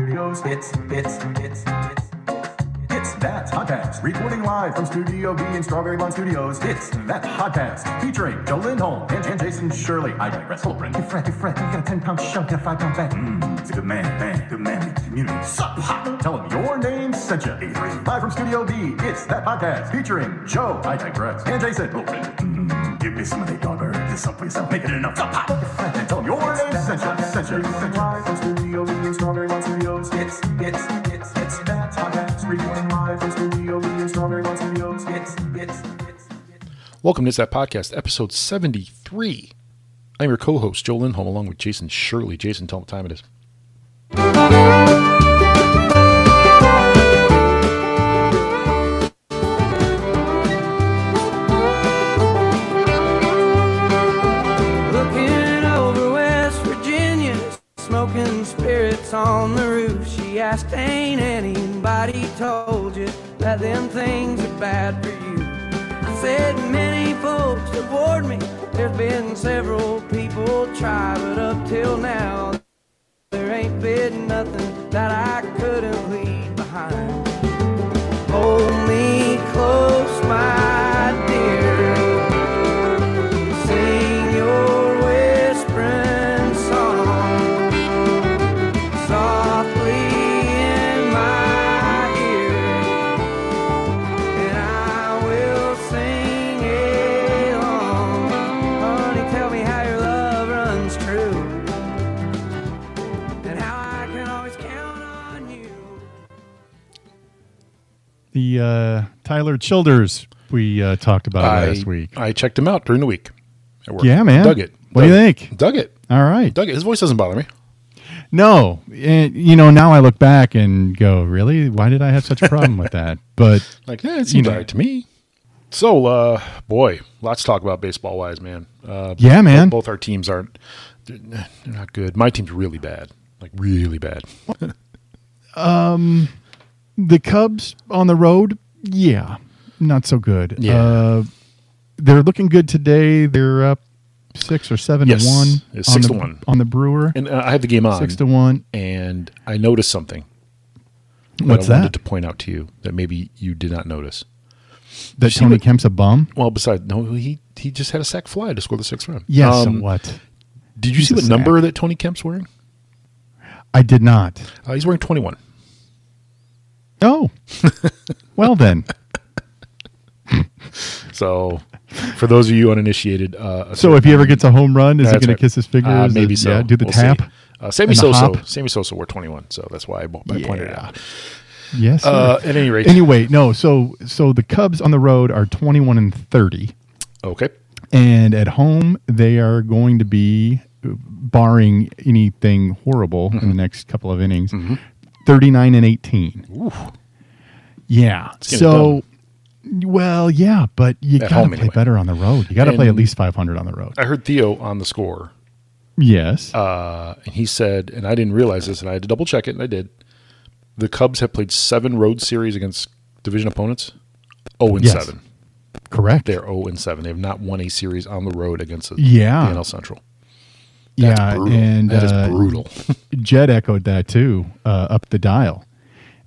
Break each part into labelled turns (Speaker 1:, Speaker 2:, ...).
Speaker 1: It's it's it's it's it's
Speaker 2: It's That Podcast, recording live from Studio B in Strawberry Lawn Studios. It's That Podcast, featuring Joe Lindholm and, and Jason Shirley. I digress. Hello, Brent. Hey, Fred, hey, Fred. You got a 10 pound shove, get a 5 pound back. Mmm, it's a good man, man, good man. Community. Sup, hot. Tell him your name sent you. Live from Studio B, it's That Podcast, featuring Joe. I digress. And Jason. Oh, Brent. Mmm, give me some of that dogger. Just someplace else. Make it enough. Sup, hot. Hey, Fred, And tell him your name sent you. Sent you. Sent you. Live from Studio B in Strawberry Lawn Studios. It's, it's, it's, it's That Podcast, recording live from Studio B in Strawberry Lawn Studios.
Speaker 1: it's it's it's
Speaker 3: Welcome to It's That Podcast, episode 73. I'm your co host, Joe Lindholm, along with Jason Shirley. Jason, tell me what time it is.
Speaker 4: Looking over West Virginia, smoking spirits on the roof. She asked, Ain't anybody told you that them things are bad for you? I said, Many folks aboard me. There's been several people try, but up till now, there ain't been nothing that I couldn't leave behind. Hold me close, my dear. Sing your whispering song softly in my ear, and I will sing along. Honey, tell me how your love runs true, and how I can always count on you.
Speaker 5: the uh, Tyler Childers we uh, talked about
Speaker 3: I,
Speaker 5: last week.
Speaker 3: I checked him out during the week. at work.
Speaker 5: Yeah, man.
Speaker 3: Dug it.
Speaker 5: What do you
Speaker 3: Dug it.
Speaker 5: think?
Speaker 3: Dug it.
Speaker 5: All right.
Speaker 3: Dug it. His voice doesn't bother me.
Speaker 5: No, and, you know now I look back and go, really? Why did I have such a problem with that? But
Speaker 3: Like, yeah, it seems
Speaker 5: know.
Speaker 3: all right to me. So, uh, boy, lots to talk about baseball wise, man. Uh,
Speaker 5: yeah, man.
Speaker 3: Both our teams aren't they're they're not good. My team's really bad. Like, really bad.
Speaker 5: The Cubs on the road, yeah, not so good.
Speaker 3: Yeah.
Speaker 5: Uh, they're looking good today. They're up six or seven
Speaker 3: Yes.
Speaker 5: to one.
Speaker 3: It's
Speaker 5: on
Speaker 3: six
Speaker 5: the,
Speaker 3: to one.
Speaker 5: on the Brewer.
Speaker 3: And uh, I had the game on.
Speaker 5: six to one.
Speaker 3: And I noticed something
Speaker 5: What's
Speaker 3: that I
Speaker 5: that?
Speaker 3: wanted to point out to you that maybe you did not notice.
Speaker 5: that
Speaker 3: see
Speaker 5: Tony
Speaker 3: what-
Speaker 5: Kemp's a bum.
Speaker 3: Well, besides, no, he he just had a sack fly to score the sixth run.
Speaker 5: Yes.
Speaker 3: Um,
Speaker 5: so what?
Speaker 3: Did you
Speaker 5: He's
Speaker 3: see
Speaker 5: a
Speaker 3: what
Speaker 5: sack.
Speaker 3: number that Tony Kemp's wearing?
Speaker 5: I did not.
Speaker 3: Uh, he's wearing twenty-one.
Speaker 5: Oh, well then.
Speaker 3: So, for those of you uninitiated, uh,
Speaker 5: So if he ever gets a home run, is he
Speaker 3: that's
Speaker 5: going
Speaker 3: right.
Speaker 5: to kiss his fingers?
Speaker 3: Uh,
Speaker 5: and,
Speaker 3: maybe so.
Speaker 5: Yeah, do the
Speaker 3: We'll see.
Speaker 5: tap.
Speaker 3: Uh, Sammy
Speaker 5: and the
Speaker 3: Sosa.
Speaker 5: hop?
Speaker 3: Sammy Sosa wore twenty-one, so that's why I, bo- I pointed it out.
Speaker 5: Yes. sir.
Speaker 3: Uh, at any rate,
Speaker 5: Hmm. anyway, no. So so the Cubs on the road are twenty one and thirty,
Speaker 3: okay.
Speaker 5: and at home they are going to be, barring anything horrible in
Speaker 3: Mm-hmm.
Speaker 5: the next couple of innings, nine and eighteen. Yeah.
Speaker 3: getting
Speaker 5: So. Well, yeah, but you
Speaker 3: At
Speaker 5: got to
Speaker 3: home,
Speaker 5: play
Speaker 3: anyway.
Speaker 5: better on the road. You got to play at
Speaker 3: And-
Speaker 5: least 500 on the road.
Speaker 3: I heard Theo on the score,
Speaker 5: yes.
Speaker 3: uh, and he said, and I didn't realize this, and I had to double check it, and I did. The Cubs have played seven road series against division opponents, zero and
Speaker 5: Yes.
Speaker 3: seven.
Speaker 5: correct.
Speaker 3: They're 0 and 7. They have not won a series on the road against the
Speaker 5: Yeah.
Speaker 3: the NL Central. That's
Speaker 5: yeah,
Speaker 3: brutal.
Speaker 5: and
Speaker 3: that is
Speaker 5: uh,
Speaker 3: brutal.
Speaker 5: Jed echoed that too uh, up the dial,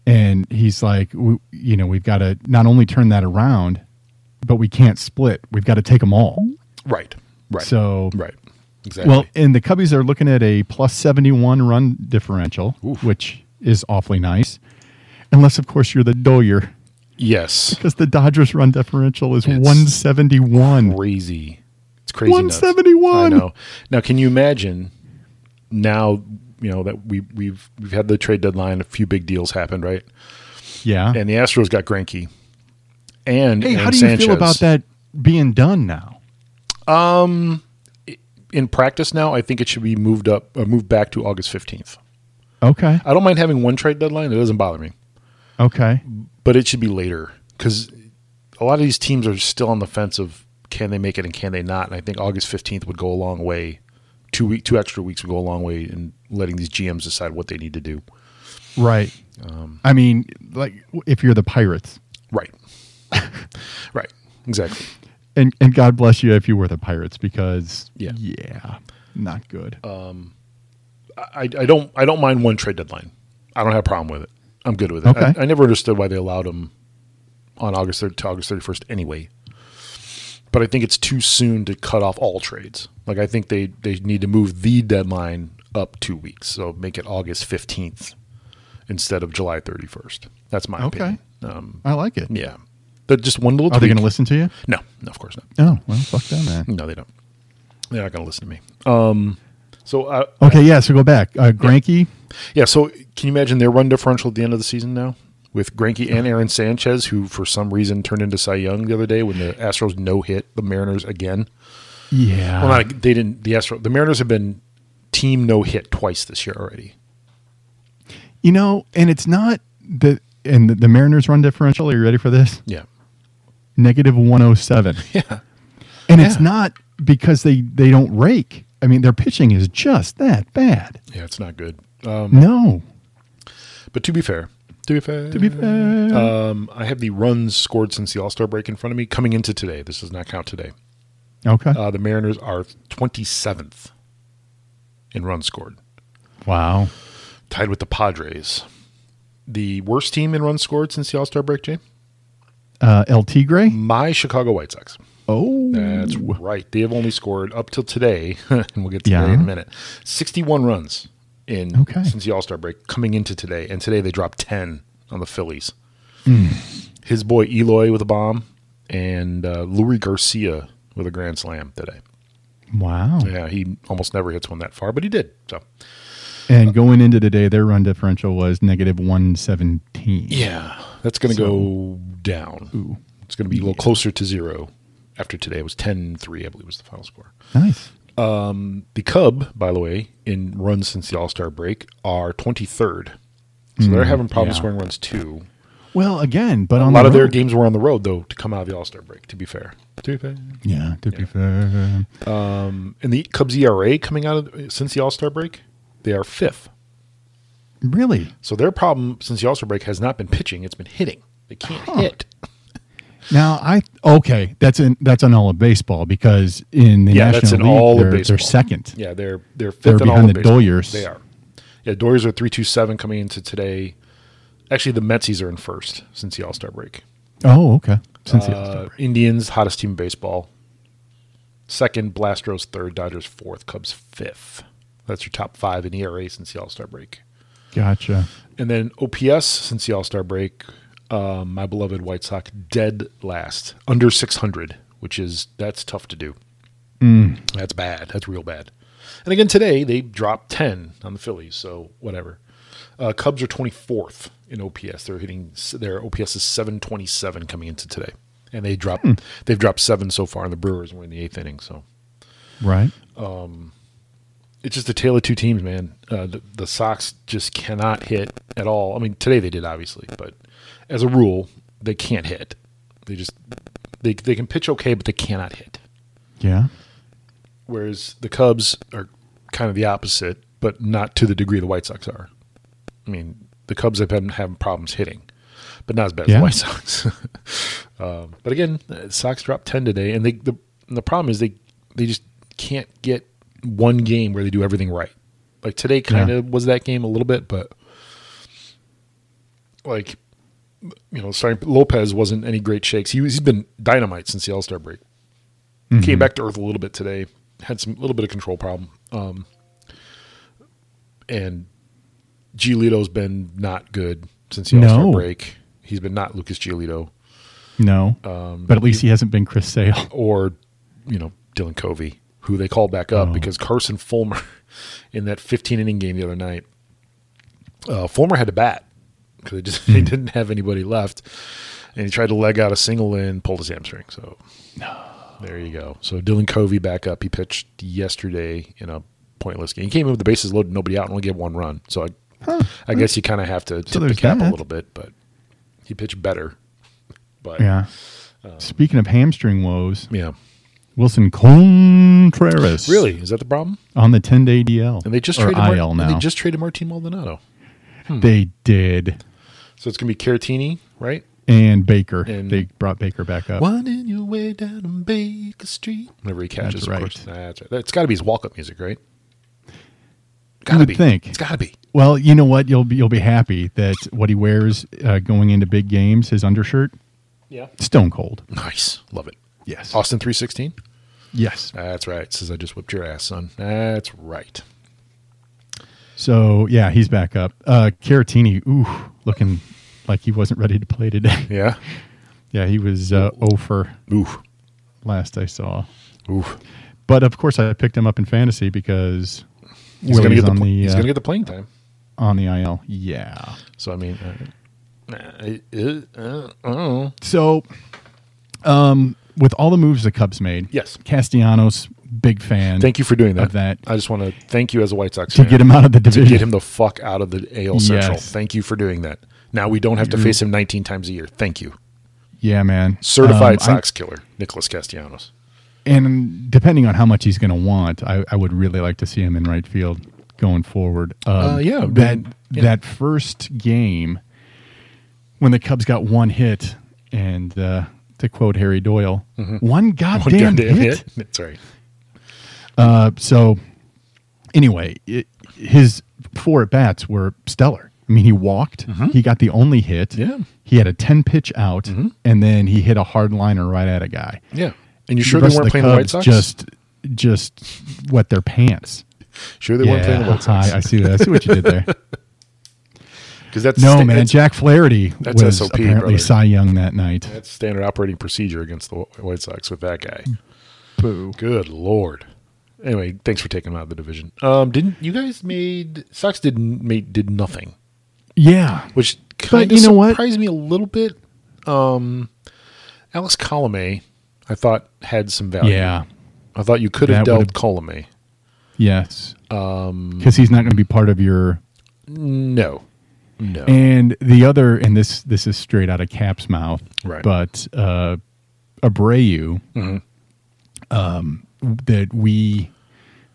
Speaker 5: and he's like, we, you know, we've got to not only turn that around, but we can't split. We've got to take them all.
Speaker 3: right. Right.
Speaker 5: So,
Speaker 3: right. Exactly.
Speaker 5: well, and the Cubbies are looking at a plus seventy-one run differential,
Speaker 3: Oof.
Speaker 5: which is awfully nice, unless of course you're the Doyer,
Speaker 3: yes.
Speaker 5: because the Dodgers run differential is
Speaker 3: It's
Speaker 5: one seventy-one.
Speaker 3: Crazy. It's crazy. nuts.
Speaker 5: 171.
Speaker 3: I know. Now, can you imagine now, you know, that we we've we've had the trade deadline, a few big deals happened, right?
Speaker 5: Yeah.
Speaker 3: And the Astros got Granky. And
Speaker 5: hey, how
Speaker 3: Aaron
Speaker 5: do you
Speaker 3: Sanchez.
Speaker 5: feel about that being done now?
Speaker 3: In practice now, I think it should be moved up uh, moved back to August 15th.
Speaker 5: Okay.
Speaker 3: I don't mind having one trade deadline, it doesn't bother me.
Speaker 5: Okay.
Speaker 3: but it should be later because a lot of these teams are still on the fence of can they make it and can they not. And I think August fifteenth would go a long way. Two week, two extra weeks would go a long way in letting these GMs decide what they need to do.
Speaker 5: Right.
Speaker 3: Um,
Speaker 5: I mean, like w- if you're the Pirates,
Speaker 3: Right. right. Exactly.
Speaker 5: and and God bless you if you were the Pirates because
Speaker 3: Yeah. Um,
Speaker 5: yeah, not good.
Speaker 3: I, I don't. I don't mind one trade deadline. I don't have a problem with it. I'm good with it.
Speaker 5: Okay.
Speaker 3: I, I never understood why they allowed him on August 3rd to August 31st anyway. But I think it's too soon to cut off all trades. Like I think they they need to move the deadline up 2 weeks. So make it August 15th instead of July 31st. That's my
Speaker 5: Okay.
Speaker 3: opinion. Um,
Speaker 5: I like it.
Speaker 3: yeah. But just one little
Speaker 5: Are they
Speaker 3: tweak.
Speaker 5: going to listen to you?
Speaker 3: No, no, of course not.
Speaker 5: Oh, well, fuck them then.
Speaker 3: No, they don't. They're not going to listen to me. Um, so uh,
Speaker 5: Okay, yeah, so go back. Uh, Granky,
Speaker 3: yeah, so can you imagine their run differential at the end of the season now with Granky and Aaron Sanchez, who for some reason turned into Cy Young the other day when the Astros no hit the Mariners again.
Speaker 5: yeah.
Speaker 3: Well, not, they didn't. The Astro the Mariners have been team no hit twice this year already.
Speaker 5: you know, and it's not the and the, the Mariners run differential. Are you ready for this?
Speaker 3: Yeah,
Speaker 5: Negative one oh seven.
Speaker 3: yeah,
Speaker 5: And
Speaker 3: Yeah.
Speaker 5: it's not because they they don't rake. I mean, their pitching is just that bad.
Speaker 3: yeah. It's not good. Um,
Speaker 5: No,
Speaker 3: but to be fair, to be fair,
Speaker 5: to be fair,
Speaker 3: um, I have the runs scored since the All Star break in front of me coming into today. This does not count today.
Speaker 5: okay.
Speaker 3: Uh, the Mariners are 27th in runs scored,
Speaker 5: wow.
Speaker 3: tied with the Padres. The worst team in runs scored since the All Star break, Jay?
Speaker 5: Uh, El Tigre.
Speaker 3: My Chicago White Sox.
Speaker 5: Oh,
Speaker 3: That's right. They have only scored up till today, and we'll get to
Speaker 5: Yeah.
Speaker 3: today in a minute. 61 runs in
Speaker 5: Okay.
Speaker 3: since the All Star break coming into today, and today they dropped 10 on the Phillies.
Speaker 5: Hmm.
Speaker 3: His boy Eloy with a bomb, and uh, Louis Garcia with a grand slam today.
Speaker 5: wow.
Speaker 3: Yeah, he almost never hits one that far, but he did. So
Speaker 5: And going into today, their run differential was negative one seventeen.
Speaker 3: Yeah, that's going to go down. It's going to be a little closer to zero after today. It was 10 3, I believe, was the final score.
Speaker 5: Nice.
Speaker 3: The Cub, by the way, in runs since the All Star break, are 23rd. So they're having problems
Speaker 5: yeah.
Speaker 3: scoring runs too.
Speaker 5: Well, again, but
Speaker 3: A
Speaker 5: on
Speaker 3: lot
Speaker 5: the
Speaker 3: of their
Speaker 5: road.
Speaker 3: games were on the road, though, to come out of the All Star break, to be fair. Mm-hmm. To be fair.
Speaker 5: Yeah, to be fair.
Speaker 3: And the Cubs ERA coming out of since the All Star break, they are fifth.
Speaker 5: Really?
Speaker 3: So their problem since the All Star break has not been pitching, it's been hitting. They can't hit.
Speaker 5: Now I okay. That's in that's on all of baseball because in the
Speaker 3: Yeah,
Speaker 5: National
Speaker 3: that's in
Speaker 5: League,
Speaker 3: all of
Speaker 5: they're,
Speaker 3: baseball.
Speaker 5: they're second.
Speaker 3: Yeah, they're they're 5th
Speaker 5: They're
Speaker 3: in all
Speaker 5: behind
Speaker 3: of
Speaker 5: the
Speaker 3: baseball.
Speaker 5: Doyers.
Speaker 3: They are. Yeah, Doyers are three two seven coming into today. Actually, the Metsies are in first since the All Star break.
Speaker 5: Oh, okay. Since the All-Star
Speaker 3: Uh,
Speaker 5: break.
Speaker 3: Indians hottest team in baseball. Second, Blastros third, Dodgers fourth, Cubs fifth. That's your top five in ERA since the All Star break.
Speaker 5: Gotcha.
Speaker 3: And then OPS since the All Star break, um, my beloved White Sox dead last, under 600, which is that's tough to do. That's bad. That's real bad. And again today they dropped 10 on the Phillies, so whatever. Uh, Cubs are 24th in OPS. They're hitting their OPS is 727 coming into today, and they dropped they've dropped seven so far. And the Brewers were in the eighth inning, so
Speaker 5: Right.
Speaker 3: it's just a tale of two teams, man. Uh, the, the Sox just cannot hit at all. I mean, today they did obviously, but as a rule, they can't hit. They just they they can pitch okay, but they cannot hit.
Speaker 5: Yeah.
Speaker 3: Whereas the Cubs are kind of the opposite, but not to the degree the White Sox are. I mean, the Cubs have been having problems hitting, but not as bad as
Speaker 5: Yeah.
Speaker 3: the White Sox. um, but again, uh, Sox dropped ten today, and they the and the problem is they they just can't get one game where they do everything right. Like today, kind of was that game a little bit, but like you know, sorry, Lopez wasn't any great shakes. He was, he's been dynamite since the All Star break. Came back to earth a little bit today. Had some little bit of control problem. Um, and Giolito's been not good since the All Star
Speaker 5: No.
Speaker 3: break. He's been not Lucas Giolito
Speaker 5: No.
Speaker 3: Um,
Speaker 5: but at least he hasn't been Chris Sale.
Speaker 3: or you know Dylan Covey, who they called back up
Speaker 5: Oh.
Speaker 3: because Carson Fulmer in that 15 inning game the other night, uh, Fulmer had to bat because they just
Speaker 5: Hmm.
Speaker 3: they didn't have anybody left, and he tried to leg out a single and pulled his hamstring. So there you go. So Dylan Covey back up. He pitched yesterday in a pointless game. He came in with the bases loaded, nobody out, and only gave one run. So I, I guess you kind of have to tip the
Speaker 5: there's
Speaker 3: cap a
Speaker 5: that.
Speaker 3: little bit, but he pitched better. But
Speaker 5: Yeah.
Speaker 3: Uh,
Speaker 5: Speaking of hamstring woes,
Speaker 3: yeah.
Speaker 5: Wilson Contreras.
Speaker 3: Really? Is that the problem?
Speaker 5: On the 10 day DL.
Speaker 3: And they just
Speaker 5: or
Speaker 3: traded Mar-
Speaker 5: IL
Speaker 3: and
Speaker 5: now.
Speaker 3: They just traded Martin Maldonado.
Speaker 5: They did.
Speaker 3: So it's gonna be Caratini, right?
Speaker 5: And Baker.
Speaker 3: And-
Speaker 5: they brought Baker back up.
Speaker 3: Winding your way down on Baker Street. Whenever he catches,
Speaker 5: That's
Speaker 3: of
Speaker 5: right.
Speaker 3: course. That's right. That's got to be his walk-up music, right?
Speaker 5: would
Speaker 3: be.
Speaker 5: think.
Speaker 3: It's got to be.
Speaker 5: Well, you know what? You'll be you'll be happy that what he wears uh, going into big games, his undershirt,
Speaker 3: Yeah.
Speaker 5: stone cold.
Speaker 3: Nice. Love it.
Speaker 5: Yes.
Speaker 3: Austin 316.
Speaker 5: Yes.
Speaker 3: That's right. Says I just whipped your ass, son. That's right.
Speaker 5: So yeah, he's back up. Uh, Caratini, ooh, looking like he wasn't ready to play today.
Speaker 3: Yeah.
Speaker 5: yeah, he was uh, over
Speaker 3: Oof.
Speaker 5: last I saw.
Speaker 3: Oof.
Speaker 5: But of course, I picked him up in fantasy because
Speaker 3: He's gonna
Speaker 5: Willie's
Speaker 3: get the,
Speaker 5: on
Speaker 3: pl-
Speaker 5: the
Speaker 3: he's
Speaker 5: uh,
Speaker 3: gonna get the playing time.
Speaker 5: on the IL. Yeah.
Speaker 3: So I mean, uh, uh, uh, uh, I don't know.
Speaker 5: So, um, with all the moves the Cubs made,
Speaker 3: Yes.
Speaker 5: Castellanos, big fan.
Speaker 3: Thank you for doing that.
Speaker 5: Of that.
Speaker 3: I just want to thank you as a White Sox
Speaker 5: to
Speaker 3: fan,
Speaker 5: get him out of the
Speaker 3: to
Speaker 5: division.
Speaker 3: get him the fuck out of the AL Central.
Speaker 5: Yes. Mm-hmm.
Speaker 3: Thank you for doing that. Now we don't have to face him 19 times a year. Thank you,
Speaker 5: yeah, man.
Speaker 3: certified
Speaker 5: Um, I'm-
Speaker 3: Sox killer, Nicholas Castellanos.
Speaker 5: and depending on how much he's going to want, I, I would really like to see him in right field going forward. Um,
Speaker 3: Uh, yeah,
Speaker 5: that
Speaker 3: but- yeah.
Speaker 5: that first game when the Cubs got one hit, and uh, to quote Harry Doyle, one goddamn,
Speaker 3: Mm-hmm. Goddamn
Speaker 5: hit.
Speaker 3: That's right.
Speaker 5: Uh, so anyway, it, his four at bats were stellar. I mean, he walked. He got the only hit.
Speaker 3: Yeah.
Speaker 5: He had a ten pitch out, and then he hit a hard liner right at a guy
Speaker 3: Yeah. And you sure they
Speaker 5: rest of
Speaker 3: weren't
Speaker 5: the
Speaker 3: playing the White
Speaker 5: Cubs
Speaker 3: Sox?
Speaker 5: Just, just wet their pants.
Speaker 3: sure they weren't playing the White Sox.
Speaker 5: I, I see that. I see what you did there.
Speaker 3: 'Cause that's
Speaker 5: No,
Speaker 3: sta-
Speaker 5: man,
Speaker 3: that's-
Speaker 5: Jack Flaherty
Speaker 3: that's
Speaker 5: was
Speaker 3: SOP,
Speaker 5: apparently
Speaker 3: brother.
Speaker 5: Cy Young that night.
Speaker 3: That's standard operating procedure against the Wh- White Sox with that guy.
Speaker 5: Boo.
Speaker 3: Good lord. Anyway, thanks for taking him out of the division. Um, didn't you guys made Sox did not made did nothing,
Speaker 5: Yeah,
Speaker 3: which kind of
Speaker 5: you know what?
Speaker 3: surprised me a little bit. Um, Alex Colome, I thought had some value.
Speaker 5: yeah,
Speaker 3: I thought you could have
Speaker 5: That
Speaker 3: dealt
Speaker 5: would've-
Speaker 3: Colome.
Speaker 5: yes.
Speaker 3: Um,
Speaker 5: Because he's not going to be part of your.
Speaker 3: No, no.
Speaker 5: And the other, and this this is straight out of Cap's mouth,
Speaker 3: Right. Mm-hmm.
Speaker 5: But uh, Abreu, um, that we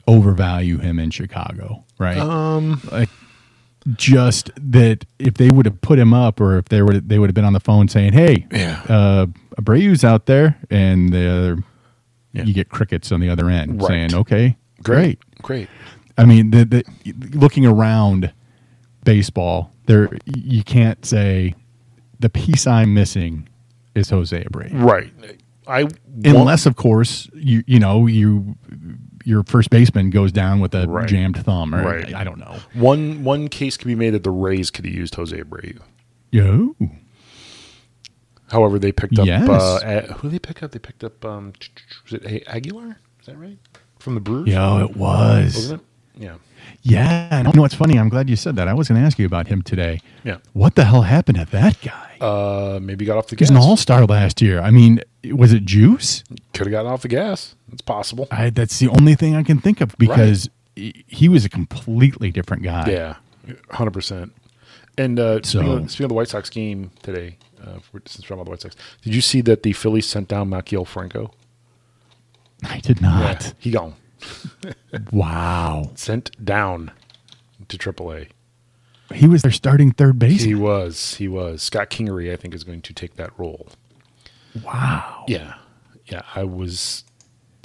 Speaker 5: overvalue him in Chicago, right?
Speaker 3: um,
Speaker 5: like just that if they would have put him up or if they would they would have been on the phone saying, "Hey,
Speaker 3: yeah,
Speaker 5: uh, Abreu's out there," and the other,
Speaker 3: Yeah.
Speaker 5: you get crickets on the other end
Speaker 3: Right.
Speaker 5: saying, "Okay,
Speaker 3: great, great.
Speaker 5: I mean, the, the looking around baseball, there you can't say the piece I'm missing is Jose Abreu,
Speaker 3: Right. I
Speaker 5: unless of course you you know you your first baseman goes down with a
Speaker 3: Right.
Speaker 5: jammed thumb or
Speaker 3: Right.
Speaker 5: I don't know.
Speaker 3: One one case could be made that the Rays could have used Jose Abreu.
Speaker 5: Yo.
Speaker 3: However, they picked up
Speaker 5: Yes.
Speaker 3: uh, uh, who they pick up? They picked up um, was it A- Aguilar? Is that right? From the Brewers?
Speaker 5: Yo, it was.
Speaker 3: wasn't it? Yeah,
Speaker 5: Yeah, and you know what's funny? I'm glad you said that. I was going to ask you about him today.
Speaker 3: yeah.
Speaker 5: What the hell happened to that guy?
Speaker 3: Uh, maybe got off the
Speaker 5: he was
Speaker 3: gas.
Speaker 5: an all star last year. I mean, was it juice?
Speaker 3: Could have gotten off the gas. It's possible.
Speaker 5: I, that's the only thing I can think of because he- he was a completely different guy.
Speaker 3: yeah, hundred percent. And uh,
Speaker 5: So-
Speaker 3: speaking, of, speaking of the White Sox game today, uh, for- since we're on the White Sox, did you see that the Phillies sent down Maciel Franco?
Speaker 5: I did not.
Speaker 3: he gone.
Speaker 5: Wow.
Speaker 3: Sent down to AAA.
Speaker 5: He was their starting third
Speaker 3: He
Speaker 5: baseman.
Speaker 3: was. He was. Scott Kingery, I think, is going to take that role.
Speaker 5: wow.
Speaker 3: Yeah, yeah. I was,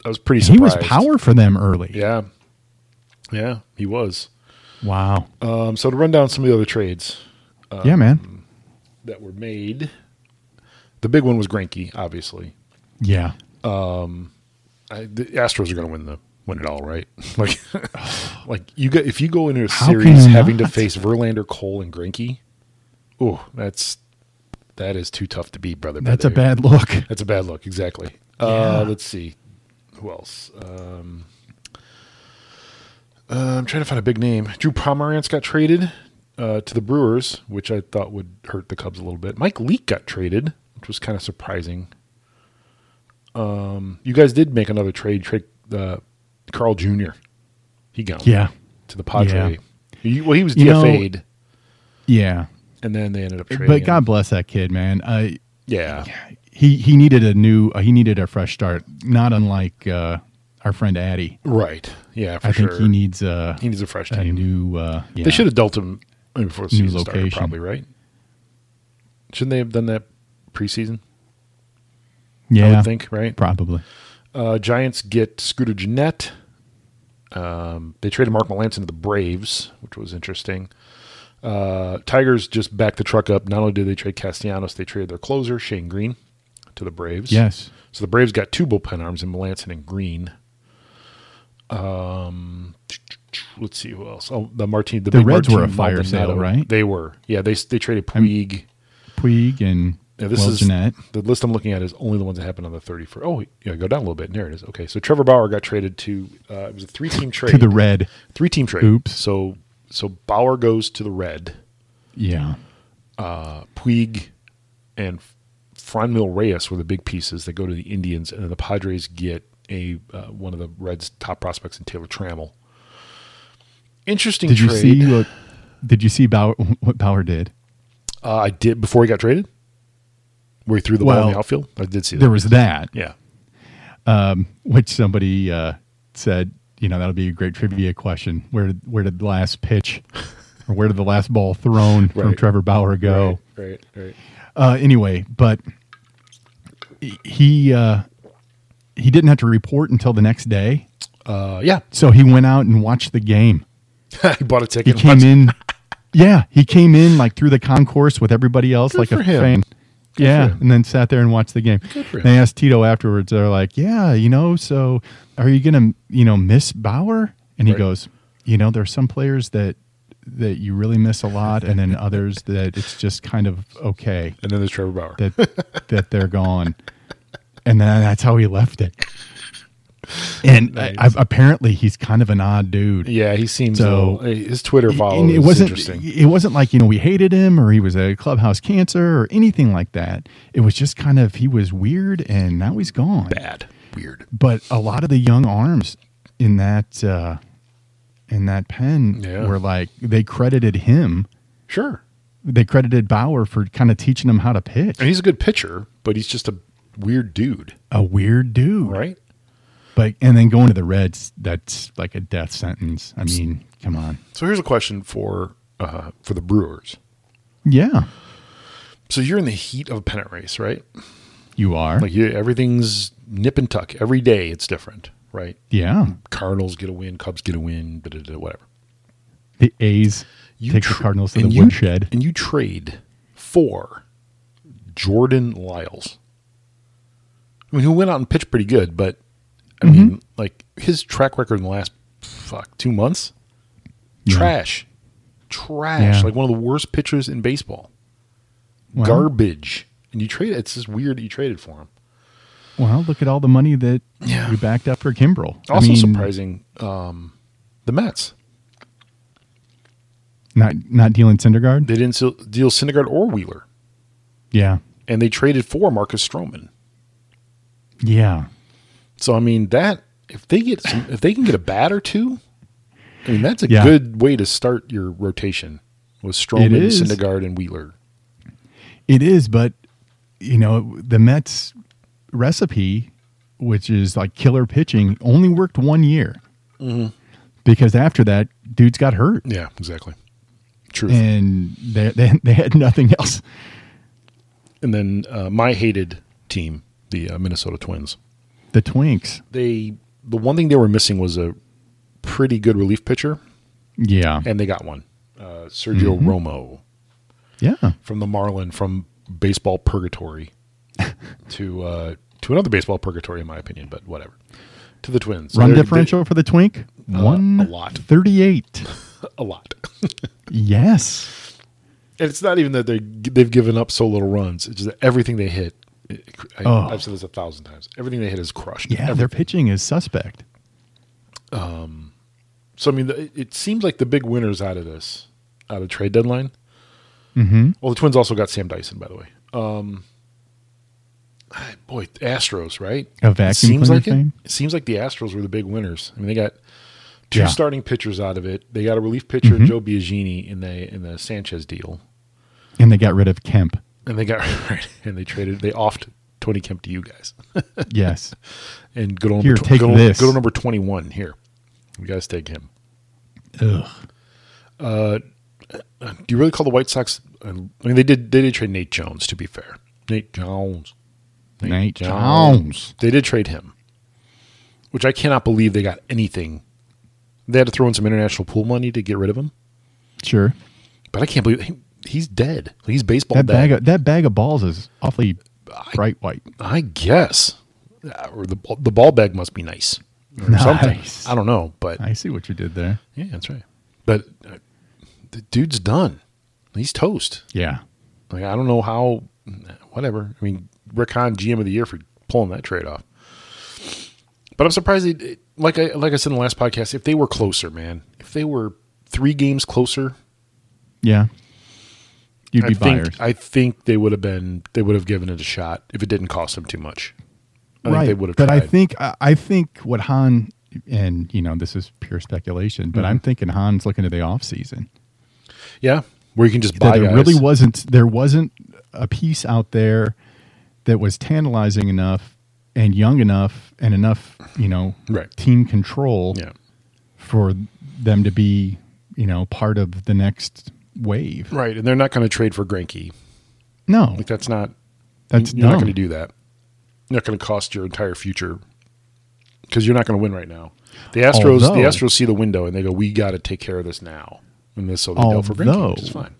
Speaker 3: I was pretty
Speaker 5: He was
Speaker 3: surprised.
Speaker 5: power for them early.
Speaker 3: Yeah, yeah. He was.
Speaker 5: Wow.
Speaker 3: Um, so to run down some of the other trades
Speaker 5: yeah, man.
Speaker 3: that were made, the big one was Granky. Obviously,
Speaker 5: Yeah.
Speaker 3: I, the Astros are going to win the win it all, right? like, like you get if you go into a
Speaker 5: How can
Speaker 3: series
Speaker 5: you
Speaker 3: having to
Speaker 5: not?
Speaker 3: face Verlander, Cole, and Granky. Oh, that's that is too tough to beat, brother.
Speaker 5: That's a
Speaker 3: brother.
Speaker 5: bad look.
Speaker 3: That's a bad look. Exactly. Uh, let's see. Who else? Um, uh, I'm trying to find a big name. Drew Pomerantz got traded uh, to the Brewers, which I thought would hurt the Cubs a little bit. Mike Leake got traded, which was kind of surprising. Um, you guys did make another trade. Trade uh, Carl Jr. He gone.
Speaker 5: Yeah.
Speaker 3: To the Padre.
Speaker 5: Yeah.
Speaker 3: You- well, he was
Speaker 5: You know-
Speaker 3: DFA'd,
Speaker 5: Yeah.
Speaker 3: and then they ended up trading.
Speaker 5: But
Speaker 3: him.
Speaker 5: God bless that kid, man. I,
Speaker 3: yeah,
Speaker 5: he he needed a new uh, he needed a fresh start not unlike uh, our friend Addy
Speaker 3: right. Yeah, for
Speaker 5: I
Speaker 3: sure.
Speaker 5: think he needs a,
Speaker 3: he needs a fresh
Speaker 5: a
Speaker 3: team.
Speaker 5: new uh, yeah.
Speaker 3: They should have dealt him before the
Speaker 5: New
Speaker 3: season started,
Speaker 5: location.
Speaker 3: probably right. Shouldn't they have done that preseason?
Speaker 5: yeah
Speaker 3: I would think right.
Speaker 5: probably
Speaker 3: Uh, Giants get Scooter Jeanette, Um, they traded Mark Melanson to the Braves, which was interesting. Uh, Tigers just backed the truck up. Not only did they trade Castellanos, they traded their closer, Shane Green, to the Braves.
Speaker 5: Yes.
Speaker 3: So the Braves got two bullpen arms in Melanson and Green. Um, let's see who else. Oh, the Martin. The,
Speaker 5: The
Speaker 3: big
Speaker 5: Reds were
Speaker 3: Martin
Speaker 5: a fire
Speaker 3: Maldonado.
Speaker 5: sale, right?
Speaker 3: They were. Yeah, they they traded
Speaker 5: I'm-
Speaker 3: Puig.
Speaker 5: Puig and
Speaker 3: Yeah, this
Speaker 5: well,
Speaker 3: is
Speaker 5: Jeanette.
Speaker 3: the list I'm looking at is only the ones that happened on the 31st. Oh, yeah, go down a little bit. And there it is. Okay, so Trevor Bauer got traded to uh, it was a three team trade
Speaker 5: to the red.
Speaker 3: three team trade.
Speaker 5: Oops.
Speaker 3: So so Bauer goes to the red.
Speaker 5: Yeah.
Speaker 3: Uh, Puig and Franmil Reyes were the big pieces that go to the Indians, and then the Padres get a uh, one of the Reds' top prospects in Taylor Trammell. Interesting.
Speaker 5: Did you
Speaker 3: trade.
Speaker 5: see what? Did you see Bauer, what Bauer did?
Speaker 3: Uh, I did before he got traded. Where he threw the ball in the
Speaker 5: Well,
Speaker 3: outfield. I did see that.
Speaker 5: There was that,
Speaker 3: yeah.
Speaker 5: which somebody uh, said, you know, that'll be a great trivia question. Where did where did the last pitch, or where did the last ball thrown from
Speaker 3: Right.
Speaker 5: Trevor Bauer go?
Speaker 3: Right. Right.
Speaker 5: uh, anyway, but he uh, he didn't have to report until the next day,
Speaker 3: Uh, yeah.
Speaker 5: so he went out and watched the game.
Speaker 3: he bought a
Speaker 5: He
Speaker 3: ticket.
Speaker 5: came in, yeah, he came in like through the concourse with everybody else, like
Speaker 3: for
Speaker 5: a
Speaker 3: him.
Speaker 5: fan. yeah,
Speaker 3: him.
Speaker 5: and then sat there and watched the game.
Speaker 3: for him.
Speaker 5: They asked Tito afterwards. They're like, "Yeah, you know, so are you gonna, you know, miss Bauer?" And he
Speaker 3: Right.
Speaker 5: goes, "You know, there's some players that." That you really miss a lot, and then others that it's just kind of okay
Speaker 3: And then there's Trevor Bauer.
Speaker 5: that that they're gone, and then that's how he left it. And I,
Speaker 3: Nice.
Speaker 5: apparently, he's kind of an odd dude.
Speaker 3: yeah, he seems
Speaker 5: So-
Speaker 3: so, his Twitter follow
Speaker 5: And
Speaker 3: is
Speaker 5: it wasn't.
Speaker 3: interesting.
Speaker 5: It wasn't like you know we hated him or he was a clubhouse cancer or anything like that. It was just kind of he was weird, and now he's gone.
Speaker 3: Bad. Weird.
Speaker 5: But a lot of the young arms in that uh, in that pen
Speaker 3: Yeah.
Speaker 5: were like they credited him.
Speaker 3: Sure.
Speaker 5: They credited Bauer for kind of teaching him how to pitch.
Speaker 3: And he's a good pitcher, but he's just a weird dude,
Speaker 5: A weird dude,
Speaker 3: right?
Speaker 5: But and then going to the Reds, that's like a death sentence. I mean, come on.
Speaker 3: So here's a question for uh, for the Brewers.
Speaker 5: Yeah,
Speaker 3: So you're in the heat of a pennant race, right?
Speaker 5: you are.
Speaker 3: Like you, everything's nip and tuck. Every day it's different, right?
Speaker 5: yeah,
Speaker 3: Cardinals get a win, Cubs get a win, da, da, da, whatever.
Speaker 5: the A's take
Speaker 3: tra-
Speaker 5: the Cardinals to
Speaker 3: and
Speaker 5: the
Speaker 3: you-
Speaker 5: woodshed.
Speaker 3: and you trade for Jordan Lyles. I mean, who went out and pitched pretty good, but I
Speaker 5: Mm-hmm.
Speaker 3: mean, like his track record in the last fuck two months,
Speaker 5: Yeah.
Speaker 3: trash, trash,
Speaker 5: Yeah.
Speaker 3: like one of the worst pitchers in baseball,
Speaker 5: Well,
Speaker 3: garbage. And you trade it's just weird that you traded for him.
Speaker 5: Well, look at all the money that
Speaker 3: Yeah.
Speaker 5: we backed up for Kimbrel. I
Speaker 3: Also
Speaker 5: mean,
Speaker 3: surprising, um, the Mets
Speaker 5: Not not dealing Syndergaard.
Speaker 3: they didn't seal- deal Syndergaard or Wheeler,
Speaker 5: Yeah,
Speaker 3: and they traded for Marcus Stroman.
Speaker 5: yeah.
Speaker 3: So I mean that if they get some, if they can get a bat or two, I mean that's a
Speaker 5: Yeah.
Speaker 3: good way to start your rotation with Stroman,
Speaker 5: is.
Speaker 3: Syndergaard, and Wheeler.
Speaker 5: It is, but you know the Mets recipe, which is like killer pitching, only worked one year
Speaker 3: Mm-hmm.
Speaker 5: because after that, dudes got hurt.
Speaker 3: Yeah, exactly. Truth. And,
Speaker 5: and they, they, they had nothing else.
Speaker 3: then uh, my hated team, the uh, Minnesota Twins.
Speaker 5: The Twinks.
Speaker 3: They the one thing they were missing was a pretty good relief pitcher,
Speaker 5: Yeah.
Speaker 3: and they got one, uh, Sergio
Speaker 5: Mm-hmm.
Speaker 3: Romo
Speaker 5: Yeah.
Speaker 3: from the Marlin from baseball purgatory to uh, to another baseball purgatory, in my opinion, but whatever. To the Twins, So
Speaker 5: Run
Speaker 3: they're- they- Uh,
Speaker 5: differential for the Twink?
Speaker 3: a
Speaker 5: One
Speaker 3: lot.
Speaker 5: 38.
Speaker 3: a lot.
Speaker 5: yes.
Speaker 3: And it's not even that they they've given up so little runs. It's just that everything they hit. I,
Speaker 5: Oh.
Speaker 3: I've said this a thousand times. Everything they hit is crushed.
Speaker 5: Yeah.
Speaker 3: Every-
Speaker 5: Their pitching is suspect.
Speaker 3: so I mean, the, it seems like the big winners out of this, out of trade deadline. Mm-hmm. Well, the Twins also got Sam Dyson, by the way. Um, ah, boy, Astros, right?
Speaker 5: A vacuum
Speaker 3: It seems
Speaker 5: cleaner
Speaker 3: like
Speaker 5: fame?
Speaker 3: It, it seems like the Astros were the big winners. I mean, they got two
Speaker 5: Yeah. Mm-hmm.
Speaker 3: starting pitchers out of it. They got a relief pitcher, Joe Biagini, in the in the Sanchez deal.
Speaker 5: And they got rid of Kemp.
Speaker 3: and they got right, and they traded they offed Tony Kemp to you guys
Speaker 5: Yes.
Speaker 3: and good old
Speaker 5: Here,
Speaker 3: number, tw-
Speaker 5: take
Speaker 3: good old,
Speaker 5: this.
Speaker 3: good old number 21 here you guys take him
Speaker 5: Ugh.
Speaker 3: do you really call the White Sox I mean they did they did trade Nate Jones to be fair Nate Jones
Speaker 5: Nate Jones.
Speaker 3: they did trade him which I cannot believe they got anything They had to throw in some international pool money to get rid of him.
Speaker 5: Sure.
Speaker 3: But I can't believe he, he's dead. He's baseball
Speaker 5: That
Speaker 3: dead.
Speaker 5: bag of, that bag of balls is awfully bright white.
Speaker 3: I guess. Uh, Or the ball- the ball bag must be nice. Or
Speaker 5: Nice.
Speaker 3: Something. I don't know, but
Speaker 5: I see what you did there.
Speaker 3: yeah, that's right. But uh, the dude's done. He's toast.
Speaker 5: Yeah.
Speaker 3: Like I don't know how. Whatever. I mean, Rick Hahn, GM of the year for pulling that trade off. But I'm surprised. They, like I like I said in the last podcast, if they were closer, man, if they were three games closer,
Speaker 5: Yeah. You'd
Speaker 3: I
Speaker 5: be
Speaker 3: think
Speaker 5: buyers.
Speaker 3: I think they would have been they would have given it a shot if it didn't cost them too much. I
Speaker 5: right.
Speaker 3: think they would have.
Speaker 5: but I
Speaker 3: tried.
Speaker 5: think I, I think what Han and you know this is pure speculation, but
Speaker 3: Mm-hmm.
Speaker 5: I'm thinking Han's looking to the off season.
Speaker 3: yeah, where you can just
Speaker 5: That
Speaker 3: buy.
Speaker 5: there
Speaker 3: guys.
Speaker 5: really wasn't there wasn't a piece out there that was tantalizing enough and young enough and enough you know
Speaker 3: Right.
Speaker 5: team control
Speaker 3: Yeah,
Speaker 5: for them to be you know part of the next wave.
Speaker 3: right. And they're not going to trade for Granky.
Speaker 5: No,
Speaker 3: Like that's not.
Speaker 5: that's
Speaker 3: you're not
Speaker 5: dumb.
Speaker 3: going to do that. You're not going to cost your entire future because you're not going to win right now. The Astros,
Speaker 5: Although-
Speaker 3: the Astros see the window and they go, "We got to take care of this now." And this, so
Speaker 5: Oh,
Speaker 3: they go for Granky,
Speaker 5: Although-
Speaker 3: which is fine.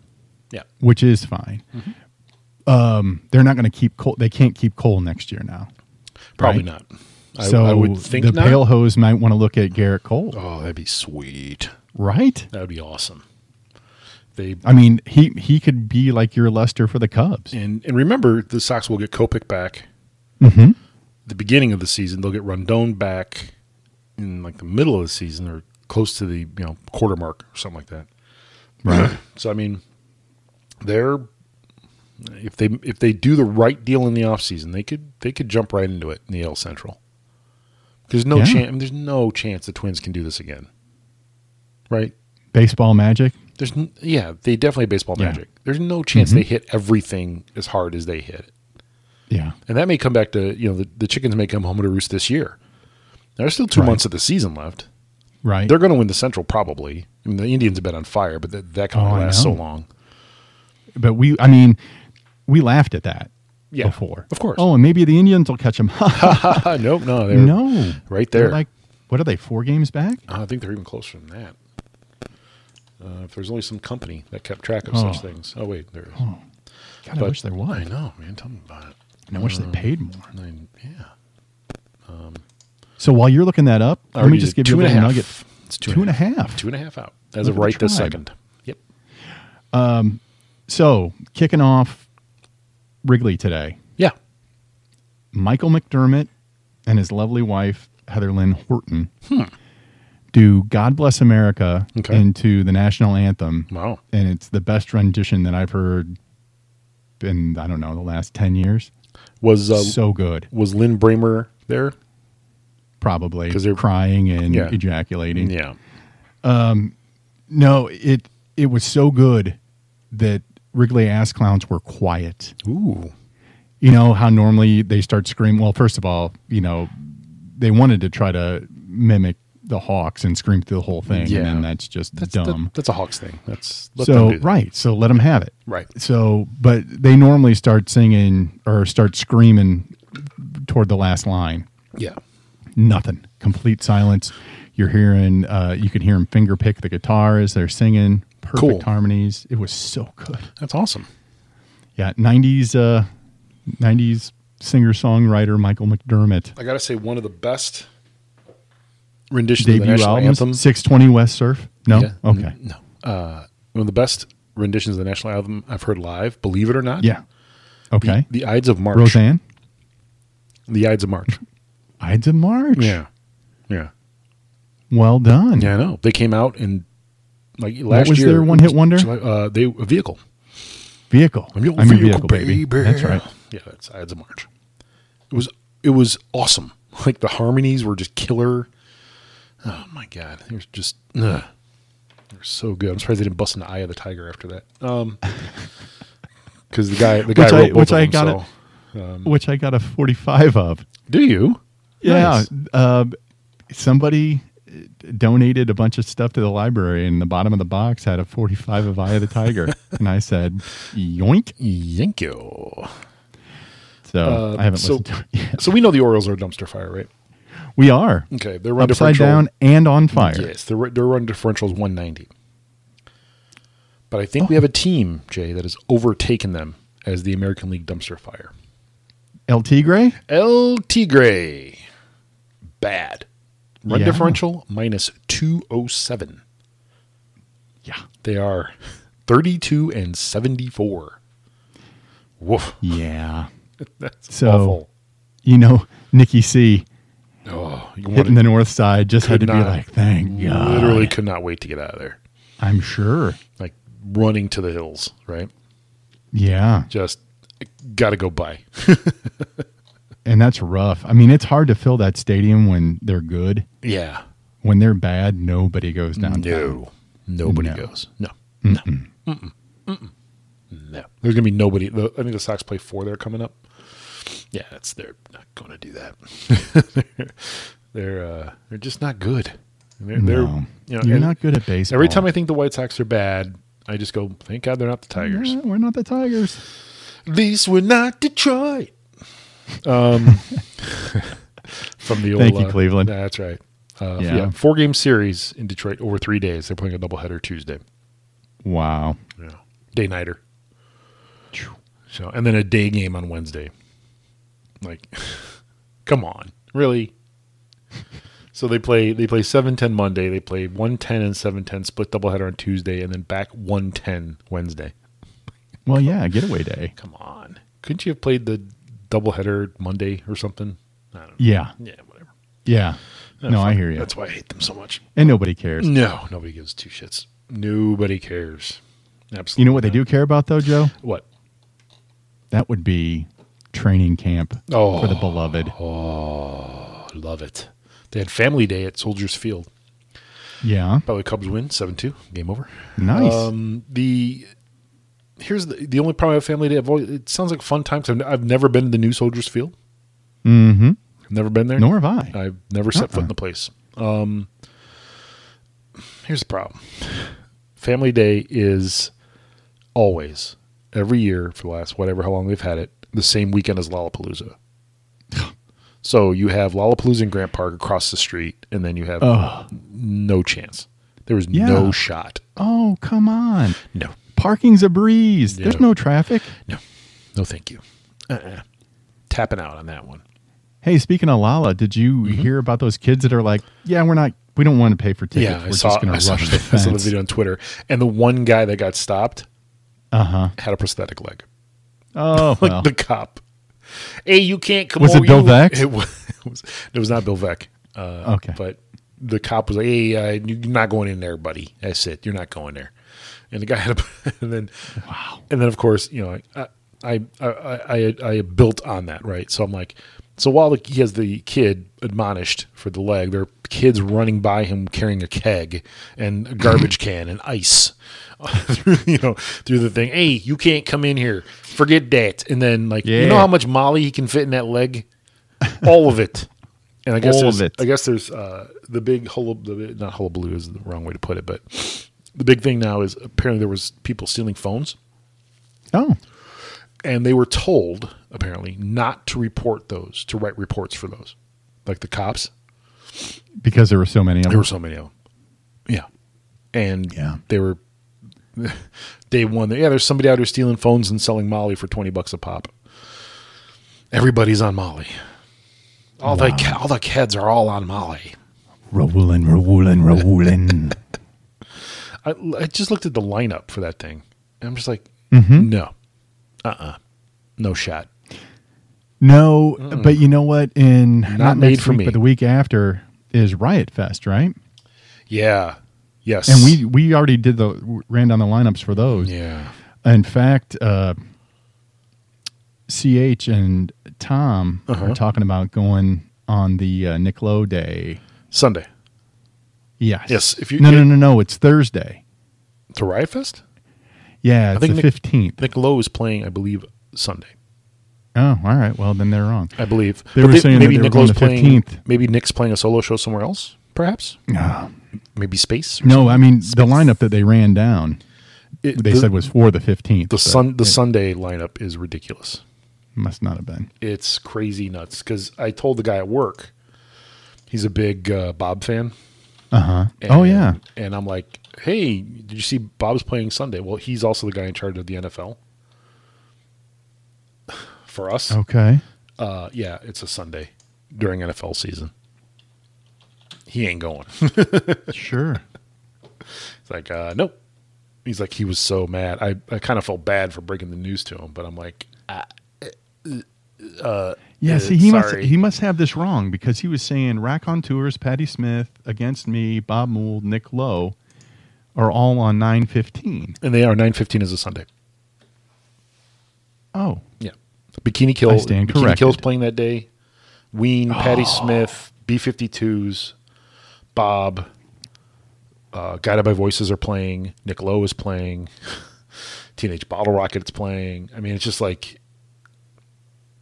Speaker 3: Yeah,
Speaker 5: which is fine.
Speaker 3: Mm-hmm.
Speaker 5: Um, they're not going to keep Cole. They can't keep Cole next year now.
Speaker 3: probably
Speaker 5: Right.
Speaker 3: not. I,
Speaker 5: so
Speaker 3: I would think
Speaker 5: the
Speaker 3: not.
Speaker 5: pale hose might want to look at Garrett Cole,
Speaker 3: oh, that'd be sweet.
Speaker 5: right?
Speaker 3: That would be awesome. They
Speaker 5: I mean, he he could be like your Lester for the Cubs.
Speaker 3: and and remember the Sox will get Kopik back.
Speaker 5: Mhm.
Speaker 3: The beginning of the season they'll get Rondon back in like the middle of the season or close to the you know quarter mark or something like that.
Speaker 5: Right.
Speaker 3: So I mean, they're if they if they do the right deal in the offseason, they could they could jump right into it in the AL Central. There's no
Speaker 5: Yeah.
Speaker 3: chance. there's no chance the Twins can do this again, right?
Speaker 5: Baseball magic.
Speaker 3: There's n- yeah, they definitely have baseball
Speaker 5: Yeah. Mm-hmm.
Speaker 3: magic. There's no chance they hit everything as hard as they hit it.
Speaker 5: Yeah.
Speaker 3: And that may come back to, you know, the, the chickens may come home to roost this year. There's still two
Speaker 5: Right.
Speaker 3: months of the season left.
Speaker 5: Right.
Speaker 3: They're going to win the Central probably. I mean, the Indians have been on fire, but that, that can
Speaker 5: Oh,
Speaker 3: only
Speaker 5: I
Speaker 3: last so
Speaker 5: know.
Speaker 3: long.
Speaker 5: but we, I mean, we laughed at that
Speaker 3: Yeah,
Speaker 5: before,
Speaker 3: of course.
Speaker 5: Oh, and maybe the Indians will catch him.
Speaker 3: Uh, nope, no, they're
Speaker 5: no,
Speaker 3: right
Speaker 5: They're
Speaker 3: there. Uh,
Speaker 5: like, what are they? Four games back?
Speaker 3: I think they're even closer than that. Uh, if there's only some company that kept track of
Speaker 5: Oh.
Speaker 3: such things. Oh wait, there. is.
Speaker 5: God, I wish there was.
Speaker 3: I know, Uh-huh. man. Tell me about it.
Speaker 5: And I wish they paid more.
Speaker 3: I mean, yeah,
Speaker 5: So while you're looking that up,
Speaker 3: I
Speaker 5: let me
Speaker 3: already
Speaker 5: just
Speaker 3: did
Speaker 5: give you a
Speaker 3: two and
Speaker 5: little
Speaker 3: a half.
Speaker 5: nugget.
Speaker 3: It's
Speaker 5: Two and a half.
Speaker 3: Two and a half out as
Speaker 5: Look
Speaker 3: of
Speaker 5: at the
Speaker 3: right this
Speaker 5: tribe.
Speaker 3: second. Yep.
Speaker 5: So kicking off Wrigley today,
Speaker 3: Yeah.
Speaker 5: Michael McDermott and his lovely wife Heather Lynn Horton do "God Bless America"
Speaker 3: Hmm. Okay.
Speaker 5: into the national anthem,
Speaker 3: Wow.
Speaker 5: and it's the best rendition that I've heard in I don't know the last ten years.
Speaker 3: Was uh,
Speaker 5: so good,
Speaker 3: was Lynn Bramer there?
Speaker 5: probably
Speaker 3: 'Cause they're-
Speaker 5: crying and
Speaker 3: Yeah.
Speaker 5: ejaculating.
Speaker 3: Yeah.
Speaker 5: No, it it was so good that Wrigley ass clowns were quiet.
Speaker 3: Ooh.
Speaker 5: you know how normally they start screaming well first of all you know they wanted to try to mimic the hawks and scream through the whole thing
Speaker 3: Yeah.
Speaker 5: and then that's just
Speaker 3: That's
Speaker 5: dumb
Speaker 3: that- that's a Hawks thing. That's let them
Speaker 5: so
Speaker 3: do that.
Speaker 5: right so let them have it
Speaker 3: Right.
Speaker 5: so but they normally start singing or start screaming toward the last line
Speaker 3: Yeah.
Speaker 5: nothing complete silence you're hearing uh, you can hear them finger pick the guitar as they're singing perfect
Speaker 3: Cool.
Speaker 5: harmonies it was so good
Speaker 3: That's awesome.
Speaker 5: yeah, nineties uh nineties singer songwriter Michael McDermott.
Speaker 3: I gotta say, one of the best renditions of the
Speaker 5: Debut
Speaker 3: national
Speaker 5: album
Speaker 3: anthem.
Speaker 5: Six Twenty West Surf? No?
Speaker 3: Yeah.
Speaker 5: Okay.
Speaker 3: N- No. Uh, one of the best renditions of the national album I've heard live, believe it or not.
Speaker 5: Yeah. Okay.
Speaker 3: The Ides of March.
Speaker 5: Roseanne?
Speaker 3: The Ides of March.
Speaker 5: Ides of March.
Speaker 3: Yeah.
Speaker 5: Well done.
Speaker 3: Yeah, I know. They came out and like last
Speaker 5: was
Speaker 3: year.
Speaker 5: their one-hit wonder?
Speaker 3: Uh, they a vehicle.
Speaker 5: Vehicle.
Speaker 3: I'm your
Speaker 5: I'm your
Speaker 3: vehicle, baby.
Speaker 5: That's right.
Speaker 3: Yeah, that's Ides of March. It was it was awesome. Like the harmonies were just killer. Oh my god, they were just ugh. they were so good. I'm surprised they didn't bust an eye of the tiger after that. Um, because the guy the guy
Speaker 5: Which I-
Speaker 3: wrote both
Speaker 5: which
Speaker 3: of
Speaker 5: I
Speaker 3: them,
Speaker 5: got
Speaker 3: so-
Speaker 5: it.
Speaker 3: Um,
Speaker 5: Which I got a forty five of.
Speaker 3: Do you?
Speaker 5: Yeah.
Speaker 3: Nice.
Speaker 5: Um somebody donated a bunch of stuff to the library and the bottom of the box had a 45 of eye of the tiger and i said yoink
Speaker 3: Thank you.
Speaker 5: so
Speaker 3: Uh,
Speaker 5: i haven't
Speaker 3: so- Uh,
Speaker 5: listened to it yet
Speaker 3: So we know the Orioles are a dumpster fire, right?
Speaker 5: We are
Speaker 3: Okay, their run
Speaker 5: upside
Speaker 3: differential-
Speaker 5: down and on fire.
Speaker 3: Yes, their their run differential is 190. But I think
Speaker 5: Oh.
Speaker 3: we have a team, Jay, that has overtaken them as the American League dumpster fire.
Speaker 5: El Tigre,
Speaker 3: El Tigre, bad run
Speaker 5: Yeah.
Speaker 3: differential minus 207.
Speaker 5: yeah,
Speaker 3: They are 32 and 74. Woof,
Speaker 5: yeah.
Speaker 3: that's
Speaker 5: So-
Speaker 3: awful.
Speaker 5: You know, Nikki C
Speaker 3: Oh, you
Speaker 5: hitting
Speaker 3: wanted,
Speaker 5: the north side just had to
Speaker 3: Could
Speaker 5: be
Speaker 3: not.
Speaker 5: like, thank God.
Speaker 3: literally could not wait to get out of there.
Speaker 5: I'm sure.
Speaker 3: Like running to the hills, right?
Speaker 5: Yeah,
Speaker 3: Just got to go by.
Speaker 5: and that's rough. I mean, it's hard to fill that stadium when they're good.
Speaker 3: Yeah.
Speaker 5: When they're bad, nobody goes down.
Speaker 3: No, nobody
Speaker 5: No.
Speaker 3: goes. No, no, Mm-mm. Mm-mm. no. There's gonna be nobody. The, I think the Sox play four there coming up. Yeah, that's they're not going to do that. they're they're, uh, they're just not good. They're, they're
Speaker 5: No.
Speaker 3: you know,
Speaker 5: You're
Speaker 3: and
Speaker 5: not good at baseball.
Speaker 3: Every time I think the White Sox are bad, I just go, thank God they're not the Tigers.
Speaker 5: Yeah, we're not the Tigers.
Speaker 3: At least we're not Detroit. Um, from the old,
Speaker 5: Thank you,
Speaker 3: uh,
Speaker 5: Cleveland.
Speaker 3: nah, that's right. Uh,
Speaker 5: Yeah.
Speaker 3: yeah. four game series in Detroit over three days. They're playing a doubleheader Tuesday.
Speaker 5: Wow.
Speaker 3: Yeah. Day nighter. So and then a day game on Wednesday. Like come on. Really? So they play they play 7-10 Monday, they play 110 and 7-10 split doubleheader on Tuesday and then back 110 Wednesday.
Speaker 5: Well, yeah, getaway day.
Speaker 3: Come on. Couldn't you have played the doubleheader Monday or something? I don't know.
Speaker 5: Yeah,
Speaker 3: Yeah, whatever.
Speaker 5: yeah. no, I hear you.
Speaker 3: That's Mm. why I hate them so much.
Speaker 5: and nobody cares.
Speaker 3: No, nobody gives two shits. Nobody cares. Absolutely.
Speaker 5: You know what they
Speaker 3: not.
Speaker 5: do care about though, Joe?
Speaker 3: What?
Speaker 5: That would be training camp
Speaker 3: Oh.
Speaker 5: for the beloved.
Speaker 3: I Oh, love it. They had family day at Soldiers Field.
Speaker 5: Yeah,
Speaker 3: By the way, Cubs win 7 2. Game over.
Speaker 5: nice.
Speaker 3: Um, the here's the, the only problem with family day. I've always, it sounds like fun times. I've, I've never been to the new Soldiers Field.
Speaker 5: mm-hmm.
Speaker 3: I've never been there.
Speaker 5: Nor have I.
Speaker 3: I've never set foot
Speaker 5: Uh-uh.
Speaker 3: in the place. Um, here's the problem Family Day is always, every year for the last whatever, how long we've had it, the same weekend as Lollapalooza. so you have Lollapalooza in Grant Park across the street, and then you have
Speaker 5: Ugh.
Speaker 3: no chance. There was
Speaker 5: Yeah.
Speaker 3: no shot.
Speaker 5: Oh, come on.
Speaker 3: No,
Speaker 5: Parking's a breeze.
Speaker 3: Yeah.
Speaker 5: There's no traffic.
Speaker 3: no, no, thank you. Uh-uh. Tapping out on that one.
Speaker 5: Hey, speaking of Lala, did you
Speaker 3: Mm-hmm.
Speaker 5: hear about those kids that are like, yeah, we're not, we don't want to pay for tickets.
Speaker 3: Yeah,
Speaker 5: we're
Speaker 3: I saw,
Speaker 5: just going
Speaker 3: I,
Speaker 5: to
Speaker 3: saw,
Speaker 5: rush the
Speaker 3: I saw the
Speaker 5: fence.
Speaker 3: video on Twitter, and the one guy that got stopped
Speaker 5: Uh huh.
Speaker 3: had a prosthetic leg.
Speaker 5: Oh,
Speaker 3: like
Speaker 5: well.
Speaker 3: the cop. Hey, you can't come
Speaker 5: Was it
Speaker 3: over.
Speaker 5: Bill
Speaker 3: you.
Speaker 5: Vex?
Speaker 3: It was, it was. It was not Bill Veck. Uh,
Speaker 5: Okay.
Speaker 3: But the cop was like, "Hey, uh, you're not going in there, buddy. That's it. You're not going there." And the guy had a. And then, wow. And then, of course, you know, I, I, I, I, I, I built on that, right? So I'm like, so while the, he has the kid admonished for the leg, there are kids running by him carrying a keg and a garbage can and ice through, you know, through the thing. Hey, you can't come in here. Forget that. And then, like, you know
Speaker 5: Yeah.
Speaker 3: how much Molly he can fit in that leg? All of it. And I guess
Speaker 5: All of
Speaker 3: there's,
Speaker 5: it.
Speaker 3: I guess there's uh, the big hullabaloo. Not hullabaloo is the wrong way to put it, but the big thing now is apparently there was people stealing phones,
Speaker 5: oh,
Speaker 3: and they were told apparently not to report those, to write reports for those, like the cops.
Speaker 5: because there were so many of
Speaker 3: There
Speaker 5: them.
Speaker 3: were so many of them. Yeah. And
Speaker 5: Yeah.
Speaker 3: they were day one. Yeah, there's somebody out here stealing phones and selling Molly for 20 bucks a pop. Everybody's on Molly. All the the all the kids are all on Molly.
Speaker 5: Rolling, rolling, rolling.
Speaker 3: I, I just looked at the lineup for that thing. And I'm just like,
Speaker 5: Mm-hmm.
Speaker 3: no. Uh-uh. No shot.
Speaker 5: no, but you know what? In not,
Speaker 3: Mm. made
Speaker 5: next
Speaker 3: for
Speaker 5: week,
Speaker 3: me.
Speaker 5: but the week after is Riot Fest, right?
Speaker 3: Yeah. Yes.
Speaker 5: And we we already did the ran down the lineups for those.
Speaker 3: Yeah.
Speaker 5: In fact, uh, CH and Tom
Speaker 3: Uh-huh.
Speaker 5: are talking about going on the uh, Nick Lowe day.
Speaker 3: Sunday.
Speaker 5: Yes.
Speaker 3: Yes, if you-
Speaker 5: no, no,
Speaker 3: you-
Speaker 5: no, no. It's Thursday.
Speaker 3: To Riot Fest?
Speaker 5: Yeah, it's
Speaker 3: think
Speaker 5: the
Speaker 3: Nick-
Speaker 5: fifteenth.
Speaker 3: Nick Lowe is playing, I believe, Sunday.
Speaker 5: Oh, all right. Well, then they're wrong.
Speaker 3: I believe
Speaker 5: They were saying that they were going
Speaker 3: Nicklaus
Speaker 5: the 15th.
Speaker 3: playing. Maybe Nick's playing a solo show somewhere else. Perhaps
Speaker 5: Ah.
Speaker 3: maybe space.
Speaker 5: no, I mean the lineup that they ran down.
Speaker 3: It-
Speaker 5: They
Speaker 3: the,
Speaker 5: said was for the fifteenth.
Speaker 3: the sun. The Sunday lineup is ridiculous.
Speaker 5: must not have been.
Speaker 3: It's crazy nuts. Because I told the guy at work, He's a big uh, Bob fan.
Speaker 5: Uh huh. Oh yeah.
Speaker 3: And I'm like, hey, did you see Bob's playing Sunday? Well, he's also the guy in charge of the NFL. For us,
Speaker 5: Okay.
Speaker 3: uh, yeah, it's a Sunday during NFL season. He ain't going.
Speaker 5: Sure.
Speaker 3: It's like, uh, nope. He's like, he was so mad. I, I kind of felt bad for breaking the news to him, but I'm like,
Speaker 5: Yeah,
Speaker 3: Uh,
Speaker 5: see, he must
Speaker 3: sorry.
Speaker 5: he must have this wrong because he was saying raconteurs, Patty Smith, against me, Bob Mould, Nick Lowe, are all on nine fifteen.
Speaker 3: and they are nine fifteen is a Sunday.
Speaker 5: Oh,
Speaker 3: Yeah, Bikini Kill.
Speaker 5: I stand
Speaker 3: Bikini
Speaker 5: corrected. Oh.
Speaker 3: Kill's playing that day. Ween, Patty Smith, B 52s, Bob, uh, Guided by Voices are playing. Nick Lowe is playing. Teenage Bottle Rocket's playing. I mean, it's just like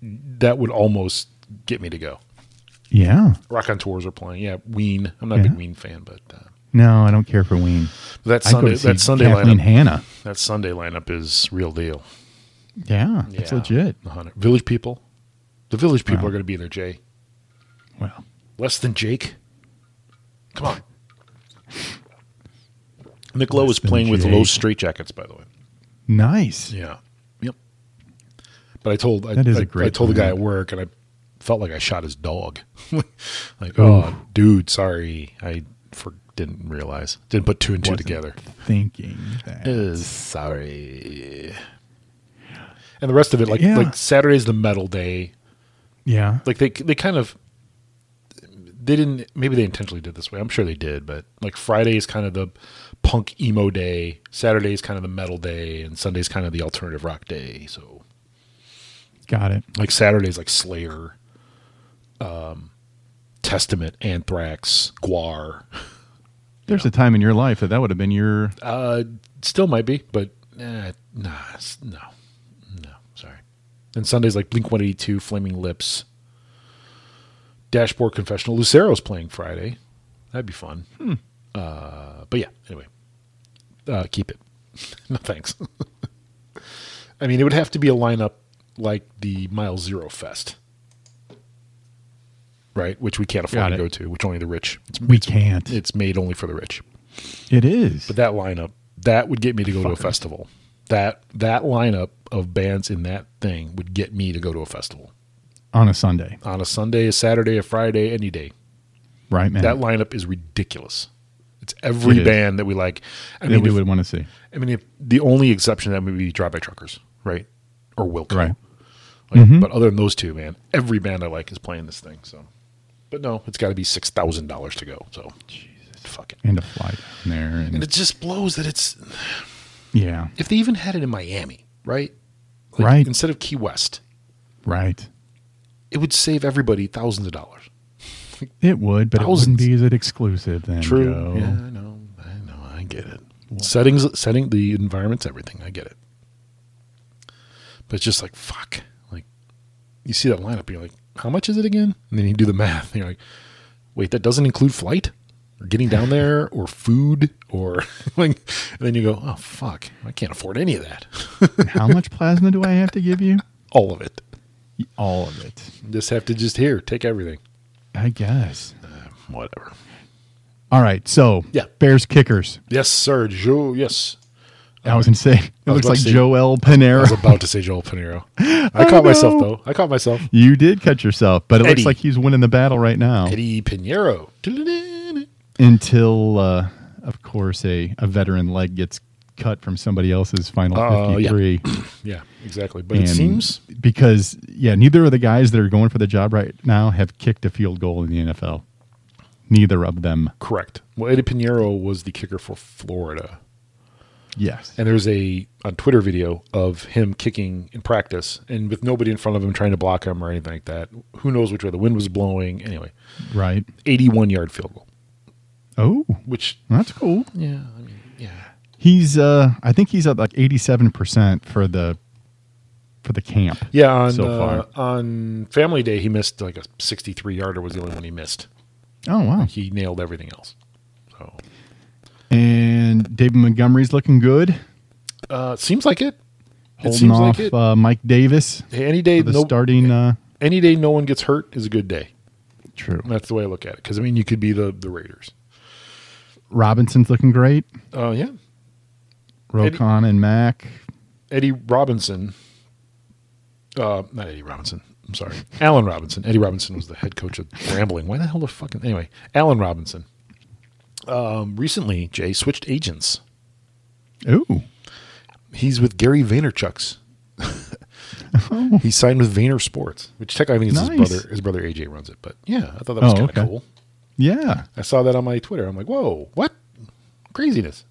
Speaker 3: that would almost get me to go.
Speaker 5: yeah.
Speaker 3: Rock on Tours are playing. Yeah, Ween. I'm not a big
Speaker 5: Yeah.
Speaker 3: Ween fan, but uh,
Speaker 5: No, I don't care for Ween.
Speaker 3: that
Speaker 5: I go
Speaker 3: Sunday
Speaker 5: to see
Speaker 3: that Sunday
Speaker 5: Kathleen
Speaker 3: lineup
Speaker 5: Hanna.
Speaker 3: that Sunday lineup is real deal.
Speaker 5: Yeah, it's
Speaker 3: Yeah.
Speaker 5: legit.
Speaker 3: 100. Village people. The village people
Speaker 5: Wow.
Speaker 3: are going to be there, Jay.
Speaker 5: Well,
Speaker 3: Less than Jake. Come on. Nick Lowe is
Speaker 5: than
Speaker 3: playing with
Speaker 5: Jake.
Speaker 3: Lowe's straight jackets, by the way.
Speaker 5: nice.
Speaker 3: Yeah. Yep. But I told I,
Speaker 5: That is
Speaker 3: I-
Speaker 5: a great
Speaker 3: I told the guy at
Speaker 5: lineup.
Speaker 3: work and I felt like I shot his dog. like, oh, dude, sorry. I for, didn't realize. Didn't put two and two
Speaker 5: Wasn't
Speaker 3: together.
Speaker 5: Thinking that.
Speaker 3: Uh, sorry. And the rest of it, like
Speaker 5: Yeah.
Speaker 3: like Saturday's the metal day.
Speaker 5: yeah.
Speaker 3: like they they kind of they didn't maybe they intentionally did this way i'm sure they did but like friday is kind of the punk emo day saturday is kind of the metal day and sunday's kind of the alternative rock day so
Speaker 5: Got it.
Speaker 3: like saturday's like slayer um testament anthrax guar
Speaker 5: There's a time in your life that that would have been your.
Speaker 3: uh still might be but eh, nah s- no no sorry and sunday's like blink 182 flaming lips dashboard confessional lucero's playing friday that'd be fun
Speaker 5: Hmm.
Speaker 3: uh but yeah anyway uh keep it no thanks i mean it would have to be a lineup like the mile zero fest right which we can't afford
Speaker 5: Got
Speaker 3: to
Speaker 5: it.
Speaker 3: go to which only the rich it's,
Speaker 5: We can't.
Speaker 3: it's made only for the rich
Speaker 5: it is.
Speaker 3: but that lineup, that would get me to go to a
Speaker 5: Fucker.
Speaker 3: festival. That that lineup of bands in that thing would get me to go to a festival
Speaker 5: on a Sunday,
Speaker 3: on a Sunday, a Saturday, a Friday, any day.
Speaker 5: right, man?
Speaker 3: That lineup is ridiculous. It's every
Speaker 5: It is.
Speaker 3: band that we like. I
Speaker 5: that
Speaker 3: mean,
Speaker 5: we
Speaker 3: if-
Speaker 5: would want to see.
Speaker 3: I mean, if the only exception to that would be Drive By Truckers, right, or Wilco.
Speaker 5: Right.
Speaker 3: Like,
Speaker 5: Mhm.
Speaker 3: But other than those two, man, every band I like is playing this thing. So, but no, it's got to be six thousand dollars to go. So, Jesus, fuck it.
Speaker 5: And a flight down there, and,
Speaker 3: And it just blows that it's
Speaker 5: yeah,
Speaker 3: if they even had it in Miami, right? Like,
Speaker 5: Right.
Speaker 3: Instead of Key West,
Speaker 5: right.
Speaker 3: it would save everybody thousands of dollars.
Speaker 5: It would, but it
Speaker 3: Thousands.
Speaker 5: wouldn't be as an exclusive then. Joe.
Speaker 3: Yeah, I know. I know. I get it. Settings, setting the environment's everything. I get it. But it's just like fuck. Like you see that lineup, you're like, how much is it again? And then you do the math, and you're like, wait, that doesn't include flight. Or getting down there, or food, or like, and then you go, oh fuck, I can't afford any of that,
Speaker 5: How much plasma do I have to give you?
Speaker 3: all of it.
Speaker 5: All of it.
Speaker 3: Just have to just here, take everything.
Speaker 5: I guess.
Speaker 3: Whatever.
Speaker 5: All right. So
Speaker 3: Yeah.
Speaker 5: Bears kickers.
Speaker 3: Yes, sir. Joe. Yes.
Speaker 5: I was gonna say it
Speaker 3: I was about
Speaker 5: looks like
Speaker 3: to say-
Speaker 5: Joel
Speaker 3: I
Speaker 5: Panera.
Speaker 3: was about to say Joel Pinero. I caught myself
Speaker 5: no.
Speaker 3: though. I caught myself.
Speaker 5: you did cut yourself, but it
Speaker 3: Eddie.
Speaker 5: looks like he's winning the battle right now.
Speaker 3: Eddie Pinero.
Speaker 5: Until uh, of course a, a veteran leg gets cut from somebody else's final
Speaker 3: Oh, yeah.
Speaker 5: fifty three.
Speaker 3: Yeah, exactly. But it seems
Speaker 5: because yeah, neither of the guys that are going for the job right now have kicked a field goal in the NFL. Neither of them.
Speaker 3: correct. Well, Eddie Pinero was the kicker for Florida.
Speaker 5: Yes.
Speaker 3: And there's a on Twitter video of him kicking in practice and with nobody in front of him trying to block him or anything like that. Who knows which way the wind was blowing. Anyway,
Speaker 5: right.
Speaker 3: 81 yard field goal,
Speaker 5: Oh,
Speaker 3: which,
Speaker 5: that's cool.
Speaker 3: yeah, I mean, yeah.
Speaker 5: He's uh I think he's at like 87% for the for the camp.
Speaker 3: Yeah, on
Speaker 5: so
Speaker 3: uh,
Speaker 5: far.
Speaker 3: on Family Day he missed like a 63 yarder was the only one he missed.
Speaker 5: Oh wow.
Speaker 3: He nailed everything else. So
Speaker 5: And David Montgomery's looking good.
Speaker 3: uh, seems like it.
Speaker 5: Holding
Speaker 3: it seems
Speaker 5: off
Speaker 3: like it.
Speaker 5: uh, Mike Davis
Speaker 3: Hey, any day,
Speaker 5: for the
Speaker 3: no,
Speaker 5: starting uh
Speaker 3: any day no one gets hurt is a good day.
Speaker 5: True.
Speaker 3: That's the way I look at it. Because I mean, you could be the the Raiders.
Speaker 5: Robinson's looking great.
Speaker 3: Oh yeah,
Speaker 5: Rokon and Mac.
Speaker 3: Eddie Robinson. Uh, not Eddie Robinson. I'm sorry, Allen Robinson. Eddie Robinson was the head coach of Rambling. Why the hell the fucking anyway? Allen Robinson. Um, recently, Jay switched agents.
Speaker 5: Ooh.
Speaker 3: He's with Gary Vaynerchuk's. he signed with Vayner Sports, which technically is his
Speaker 5: Nice.
Speaker 3: brother. His brother AJ runs it, but yeah, I thought that was
Speaker 5: Oh,
Speaker 3: kind of
Speaker 5: okay.
Speaker 3: cool.
Speaker 5: Yeah.
Speaker 3: I saw that on my Twitter. I'm like, whoa, what craziness!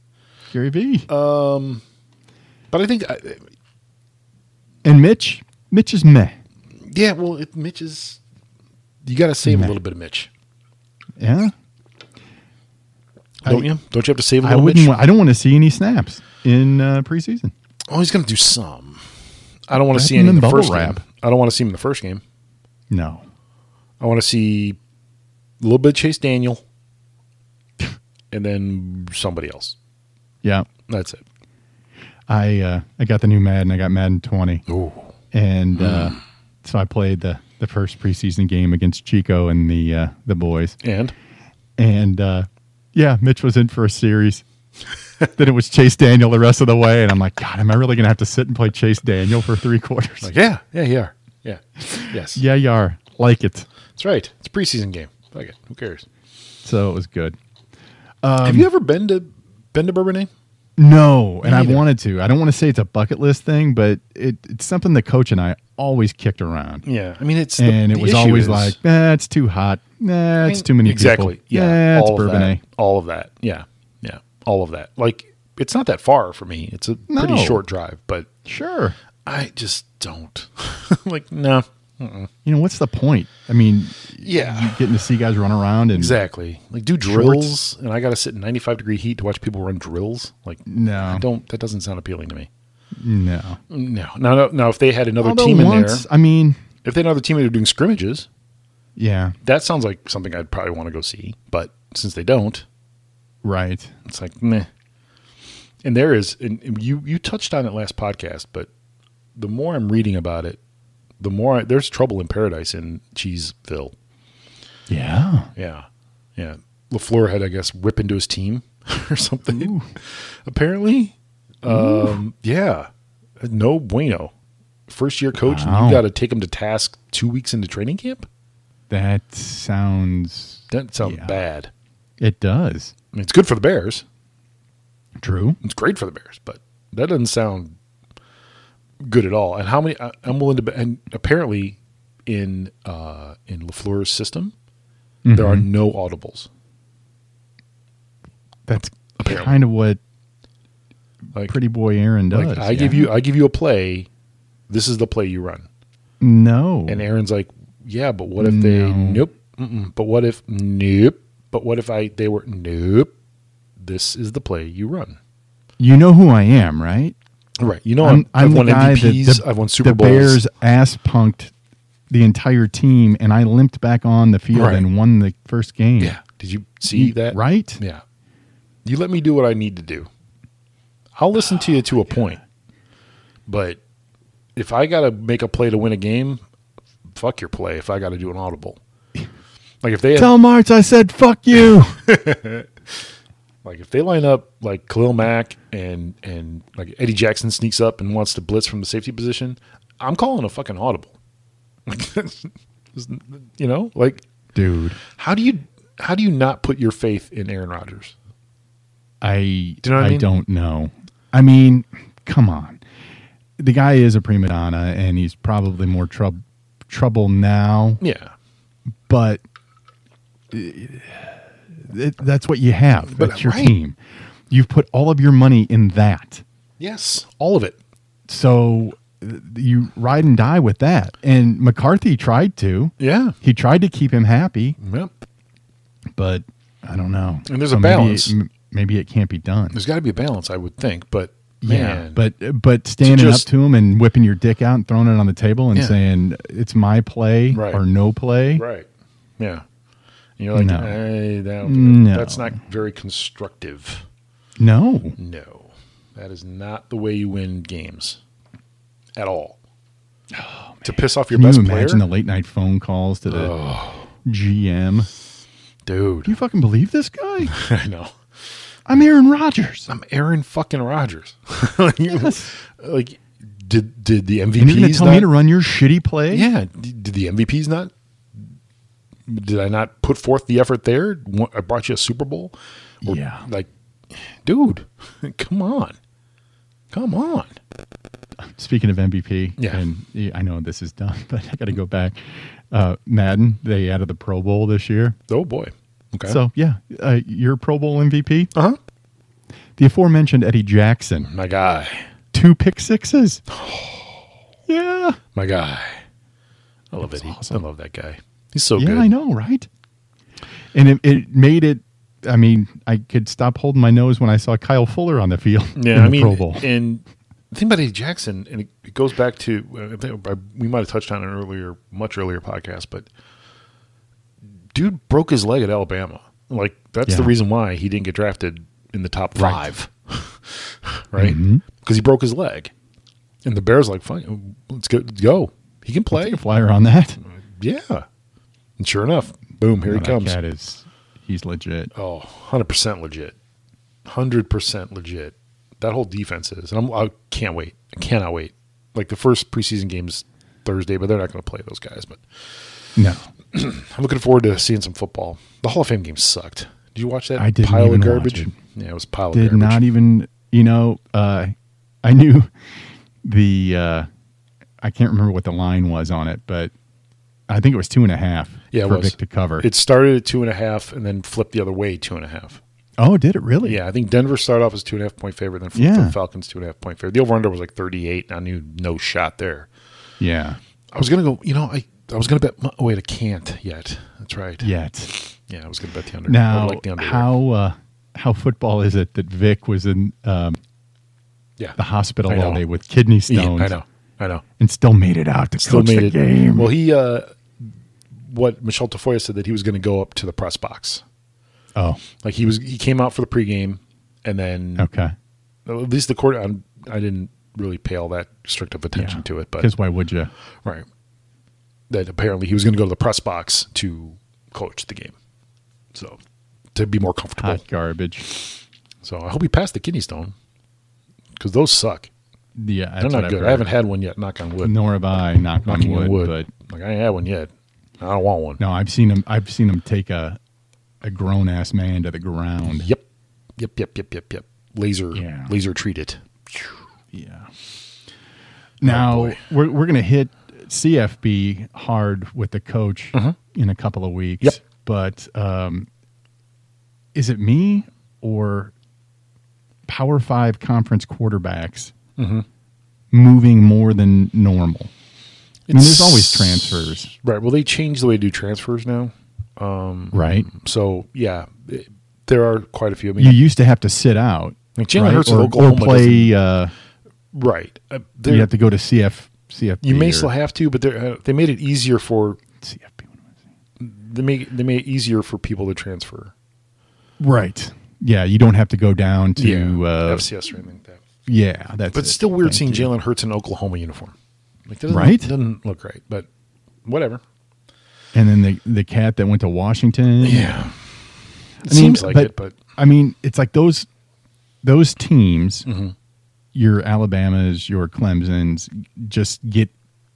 Speaker 5: Gary V.
Speaker 3: Uh, But I think, uh, I,
Speaker 5: and Mitch. Mitch is meh.
Speaker 3: yeah, well, it, Mitch is. You got to save a
Speaker 5: Meh.
Speaker 3: little bit of Mitch,
Speaker 5: Yeah.
Speaker 3: don't you? Don't you have to save a
Speaker 5: I
Speaker 3: little
Speaker 5: wouldn't.
Speaker 3: Mitch?
Speaker 5: wa- I don't want to see any snaps in uh, preseason.
Speaker 3: Oh, he's going to do some. I don't want to
Speaker 5: Wrap
Speaker 3: see
Speaker 5: him
Speaker 3: any
Speaker 5: in
Speaker 3: in the
Speaker 5: bubble
Speaker 3: first
Speaker 5: wrap.
Speaker 3: game. I don't want to see him in the first game.
Speaker 5: No.
Speaker 3: I want to see a little bit of Chase Daniel, and then somebody else.
Speaker 5: Yeah.
Speaker 3: That's it.
Speaker 5: I uh, I got the new Madden. I got Madden 20,
Speaker 3: Oh,
Speaker 5: and uh, so I played the the first preseason game against Chico and the uh, the boys.
Speaker 3: and
Speaker 5: And uh, yeah, Mitch was in for a series. then it was Chase Daniel the rest of the way, and I'm like, God, am I really gonna have to sit and play Chase Daniel for three quarters?
Speaker 3: like yeah, yeah, yeah, yeah, yes,
Speaker 5: yeah, you are like it.
Speaker 3: That's right. It's a preseason game. Fuck it. Who cares?
Speaker 5: So it was good. Um,
Speaker 3: have you ever been to been to Bourbonnais?
Speaker 5: No, and
Speaker 3: neither.
Speaker 5: I wanted to. I don't want to say it's a bucket list thing, but it, it's something the coach and I always kicked around.
Speaker 3: Yeah, I mean it's the-
Speaker 5: and
Speaker 3: the
Speaker 5: it was
Speaker 3: issue
Speaker 5: always
Speaker 3: is-
Speaker 5: like, nah, it's too hot. Nah, it's too many
Speaker 3: exactly.
Speaker 5: people.
Speaker 3: Yeah,
Speaker 5: nah, it's eh?
Speaker 3: all of
Speaker 5: Bourbonnais.
Speaker 3: that. All of that. Yeah, yeah, all of that. Like it's not that far for me. It's a
Speaker 5: No.
Speaker 3: pretty short drive, but
Speaker 5: Sure.
Speaker 3: I just don't like no.
Speaker 5: You know what's the point? I mean, you
Speaker 3: Yeah,
Speaker 5: getting to see guys run around and
Speaker 3: exactly. Like do drills, and I got to sit in ninety five degree heat to watch people run drills. Like
Speaker 5: No.
Speaker 3: I don't. That doesn't sound appealing to me.
Speaker 5: no.
Speaker 3: No, no, no. no if they had another
Speaker 5: Although
Speaker 3: team in
Speaker 5: once,
Speaker 3: there,
Speaker 5: I mean,
Speaker 3: if they had another team that were doing scrimmages,
Speaker 5: yeah,
Speaker 3: that sounds like something I'd probably want to go see. But since they don't,
Speaker 5: right.
Speaker 3: it's like meh. And there is, and and you you touched on it last podcast, but the more I'm reading about it, the more I, there's trouble in paradise in Cheeseville.
Speaker 5: Yeah.
Speaker 3: Yeah, yeah. Lafleur had, I guess, whip into his team or something. Apparently, um, yeah. No bueno. First year coach, and
Speaker 5: Wow.
Speaker 3: you got to take him to task two weeks into training camp.
Speaker 5: That sounds
Speaker 3: That sounds
Speaker 5: Yeah.
Speaker 3: bad.
Speaker 5: it does.
Speaker 3: I mean, it's good for the Bears.
Speaker 5: True.
Speaker 3: it's great for the Bears, but that doesn't sound good at all. And how many? I, I'm willing to. bet And apparently, in uh, in Lafleur's system, there
Speaker 5: Mm-hmm.
Speaker 3: are no audibles.
Speaker 5: That's
Speaker 3: Apparently.
Speaker 5: kind of what
Speaker 3: Like,
Speaker 5: Pretty Boy Aaron does.
Speaker 3: like I give
Speaker 5: yeah.
Speaker 3: you, I give you a play. This is the play you run.
Speaker 5: no.
Speaker 3: And Aaron's like, yeah, but what if they?
Speaker 5: No.
Speaker 3: Nope. Mm-mm, but what if? Nope. But what if I? They were nope. This is the play you run.
Speaker 5: you know who I am, right?
Speaker 3: Right. You know,
Speaker 5: I'm,
Speaker 3: I'm, i
Speaker 5: I'm
Speaker 3: have
Speaker 5: the
Speaker 3: won
Speaker 5: guy
Speaker 3: MVPs.
Speaker 5: that the,
Speaker 3: I've won Super
Speaker 5: the
Speaker 3: Bowls.
Speaker 5: Bears ass punked the entire team, and I limped back on the field
Speaker 3: Right.
Speaker 5: and won the first game.
Speaker 3: Yeah. Did you see
Speaker 5: You-
Speaker 3: that?
Speaker 5: right?
Speaker 3: Yeah. You let me do what I need to do. I'll listen to you to a point. But if I got to make a play to win a game, fuck your play if I got to do an audible. Like if they had,
Speaker 5: Tell March I said fuck you.
Speaker 3: like if they line up like Khalil Mack and and like Eddie Jackson sneaks up and wants to blitz from the safety position, I'm calling a fucking audible. you know, like
Speaker 5: Dude,
Speaker 3: how do you how do you not put your faith in Aaron Rodgers?
Speaker 5: I
Speaker 3: Do you know what I
Speaker 5: I,
Speaker 3: mean?
Speaker 5: don't know. I mean, come on. The guy is a prima donna and he's probably more troub trouble now,
Speaker 3: Yeah.
Speaker 5: but uh, it, that's what you have.
Speaker 3: But,
Speaker 5: that's your
Speaker 3: right.
Speaker 5: team. You've put all of your money in that.
Speaker 3: Yes, all of it.
Speaker 5: so th- you ride and die with that. And McCarthy tried to.
Speaker 3: Yeah.
Speaker 5: He tried to keep him happy,
Speaker 3: Yep.
Speaker 5: but I don't know.
Speaker 3: And there's a
Speaker 5: maybe it-
Speaker 3: balance.
Speaker 5: m- Maybe it, can't be done.
Speaker 3: There's got to be a balance, I would think. But
Speaker 5: yeah,
Speaker 3: man,
Speaker 5: but but standing
Speaker 3: just-
Speaker 5: up to him and whipping your dick out and throwing it on the table and
Speaker 3: Yeah.
Speaker 5: saying it's my play
Speaker 3: Right.
Speaker 5: or no play.
Speaker 3: right, yeah. And you're like,
Speaker 5: No.
Speaker 3: "Eh, that-
Speaker 5: No.
Speaker 3: that's not very constructive.
Speaker 5: No,
Speaker 3: No, that is not the way you win games at all. to piss off your
Speaker 5: can you
Speaker 3: best
Speaker 5: imagine
Speaker 3: player.
Speaker 5: the late night phone calls to the GM. Do
Speaker 3: dude.
Speaker 5: you fucking believe this guy?
Speaker 3: I know.
Speaker 5: I'm Aaron Rodgers.
Speaker 3: I'm Aaron fucking Rodgers. like, you- like, did did the
Speaker 5: And you're going
Speaker 3: MVPs
Speaker 5: to tell
Speaker 3: not?
Speaker 5: me to run your shitty play?
Speaker 3: yeah, d- did the MVPs not? Did I not put forth the effort there? Wa- I brought you a Super Bowl.
Speaker 5: Yeah.
Speaker 3: like, dude, come on, come on.
Speaker 5: Speaking of MVP,
Speaker 3: Yeah.
Speaker 5: and yeah, I know this is dumb, but I got to go back. Uh, Madden, they added the Pro Bowl this year.
Speaker 3: Oh boy. Okay.
Speaker 5: So, yeah, uh, your Pro Bowl MVP,
Speaker 3: uh huh.
Speaker 5: the aforementioned Eddie Jackson,
Speaker 3: My guy,
Speaker 5: two pick sixes. Yeah.
Speaker 3: my guy. I love Eddie. I love that guy. He's so
Speaker 5: yeah,
Speaker 3: good.
Speaker 5: I know, right? And it, it made it. I mean, I could stop holding my nose when I saw Kyle Fuller on the field.
Speaker 3: Yeah,
Speaker 5: in
Speaker 3: I
Speaker 5: the
Speaker 3: mean,
Speaker 5: Pro Bowl.
Speaker 3: and the thing about Eddie Jackson, and it, it goes back to uh, I think I- we might have touched on it earlier, much earlier podcast, but dude broke his leg at Alabama. Like that's the
Speaker 5: Yeah.
Speaker 3: reason why he didn't get drafted in the top
Speaker 5: Right. Mm-hmm.
Speaker 3: five, right? Because he broke his leg, and the Bears like, fine, let's go, go. He can play,
Speaker 5: Flyer on that.
Speaker 3: yeah. And sure enough, boom, here
Speaker 5: No,
Speaker 3: he
Speaker 5: that
Speaker 3: comes.
Speaker 5: cat is he's legit.
Speaker 3: Oh, 100% legit. 100% legit. That whole defense is. And I'm, I can't wait. I cannot wait. Like the first preseason game's Thursday, but they're not going to play those guys. But
Speaker 5: No,
Speaker 3: I'm looking forward to seeing some football. The Hall of Fame game sucked. Did you watch that
Speaker 5: I didn't
Speaker 3: pile
Speaker 5: even
Speaker 3: of
Speaker 5: watch
Speaker 3: garbage?
Speaker 5: it.
Speaker 3: Yeah, it was a pile of
Speaker 5: did
Speaker 3: garbage.
Speaker 5: not even. You know, uh, I knew the. Uh, I can't remember what the line was on it, but I think it was two and a half.
Speaker 3: yeah, it
Speaker 5: for
Speaker 3: was.
Speaker 5: Vic to cover.
Speaker 3: It started at two and a half and then flipped the other way two and a half.
Speaker 5: oh, did it really?
Speaker 3: Yeah, I think Denver started off as two and a half point favorite, then flipped
Speaker 5: Yeah.
Speaker 3: the Falcons two and a half point favorite. The over under was like 38, and I knew no shot there.
Speaker 5: yeah.
Speaker 3: I was gonna go. You know, I I was gonna bet. My, oh wait, I can't yet. That's right.
Speaker 5: Yet.
Speaker 3: yeah. I was gonna bet the under. I
Speaker 5: Now,
Speaker 3: like the under.
Speaker 5: how uh, how football is it that Vic was in um,
Speaker 3: Yeah.
Speaker 5: the hospital
Speaker 3: I
Speaker 5: all
Speaker 3: know.
Speaker 5: day with kidney
Speaker 3: Yeah,
Speaker 5: stones?
Speaker 3: I know. I know.
Speaker 5: and still made it out to coach the game.
Speaker 3: Well, he. uh What Michelle Tafoya said that he was gonna go up to the press box.
Speaker 5: oh,
Speaker 3: Like he was. He came out for the pregame, and then
Speaker 5: okay. Oh.
Speaker 3: at least the court. I'm, I didn't really pay all that strict of attention to it, but
Speaker 5: because why would you?
Speaker 3: right. That apparently he was gonna go to the press box to coach the game, so to be more comfortable.
Speaker 5: Hot garbage.
Speaker 3: So I hope he passed the kidney stone because those suck.
Speaker 5: Yeah, that's
Speaker 3: They're
Speaker 5: what
Speaker 3: not
Speaker 5: I've
Speaker 3: good.
Speaker 5: heard.
Speaker 3: I haven't had one yet. Knock on wood.
Speaker 5: Nor have I. Knock on
Speaker 3: Knocking
Speaker 5: wood,
Speaker 3: on wood.
Speaker 5: But
Speaker 3: like I ain't had one yet. I don't want one.
Speaker 5: no, I've seen him. I've seen him take a a grown ass man to the ground.
Speaker 3: Yep. Yep. Yep. Yep. Yep. Yep. Laser.
Speaker 5: Yeah.
Speaker 3: Laser treat it.
Speaker 5: Yeah. Now
Speaker 3: Oh, boy.
Speaker 5: we're we're gonna hit CFB hard with the coach in a couple of weeks.
Speaker 3: Mm-hmm. Yep.
Speaker 5: But um, is it me or Power Five conference quarterbacks
Speaker 3: Mm-hmm.
Speaker 5: moving more than normal? I mean, there's always transfers,
Speaker 3: Right. Well, they changed the way they do transfers now. Mm-hmm.
Speaker 5: right?
Speaker 3: So yeah, it- there are quite a few. I mean,
Speaker 5: You used to have to sit out,
Speaker 3: Like Jalen Hurts with
Speaker 5: or, or
Speaker 3: Oklahoma
Speaker 5: play. Uh,
Speaker 3: right. Uh, there-
Speaker 5: you have to go to CF CFB.
Speaker 3: you may
Speaker 5: or
Speaker 3: still have to, but they're, uh, they made it easier for
Speaker 5: CFB.
Speaker 3: they make they made it easier for people to transfer.
Speaker 5: Right. Yeah, you don't have to go down to uh,
Speaker 3: FCS or anything like that.
Speaker 5: Yeah, that's.
Speaker 3: But
Speaker 5: it.
Speaker 3: it's still weird
Speaker 5: Thank
Speaker 3: seeing
Speaker 5: you.
Speaker 3: Jalen Hurts in an Oklahoma uniform. Like that doesn't,
Speaker 5: Right?
Speaker 3: doesn't look right, but whatever.
Speaker 5: And then the the cat that went to Washington.
Speaker 3: It
Speaker 5: I mean,
Speaker 3: seems like it, but
Speaker 5: I mean, it's like those those teams.
Speaker 3: Mm-hmm.
Speaker 5: Your Alabamas, your Clemson's, just get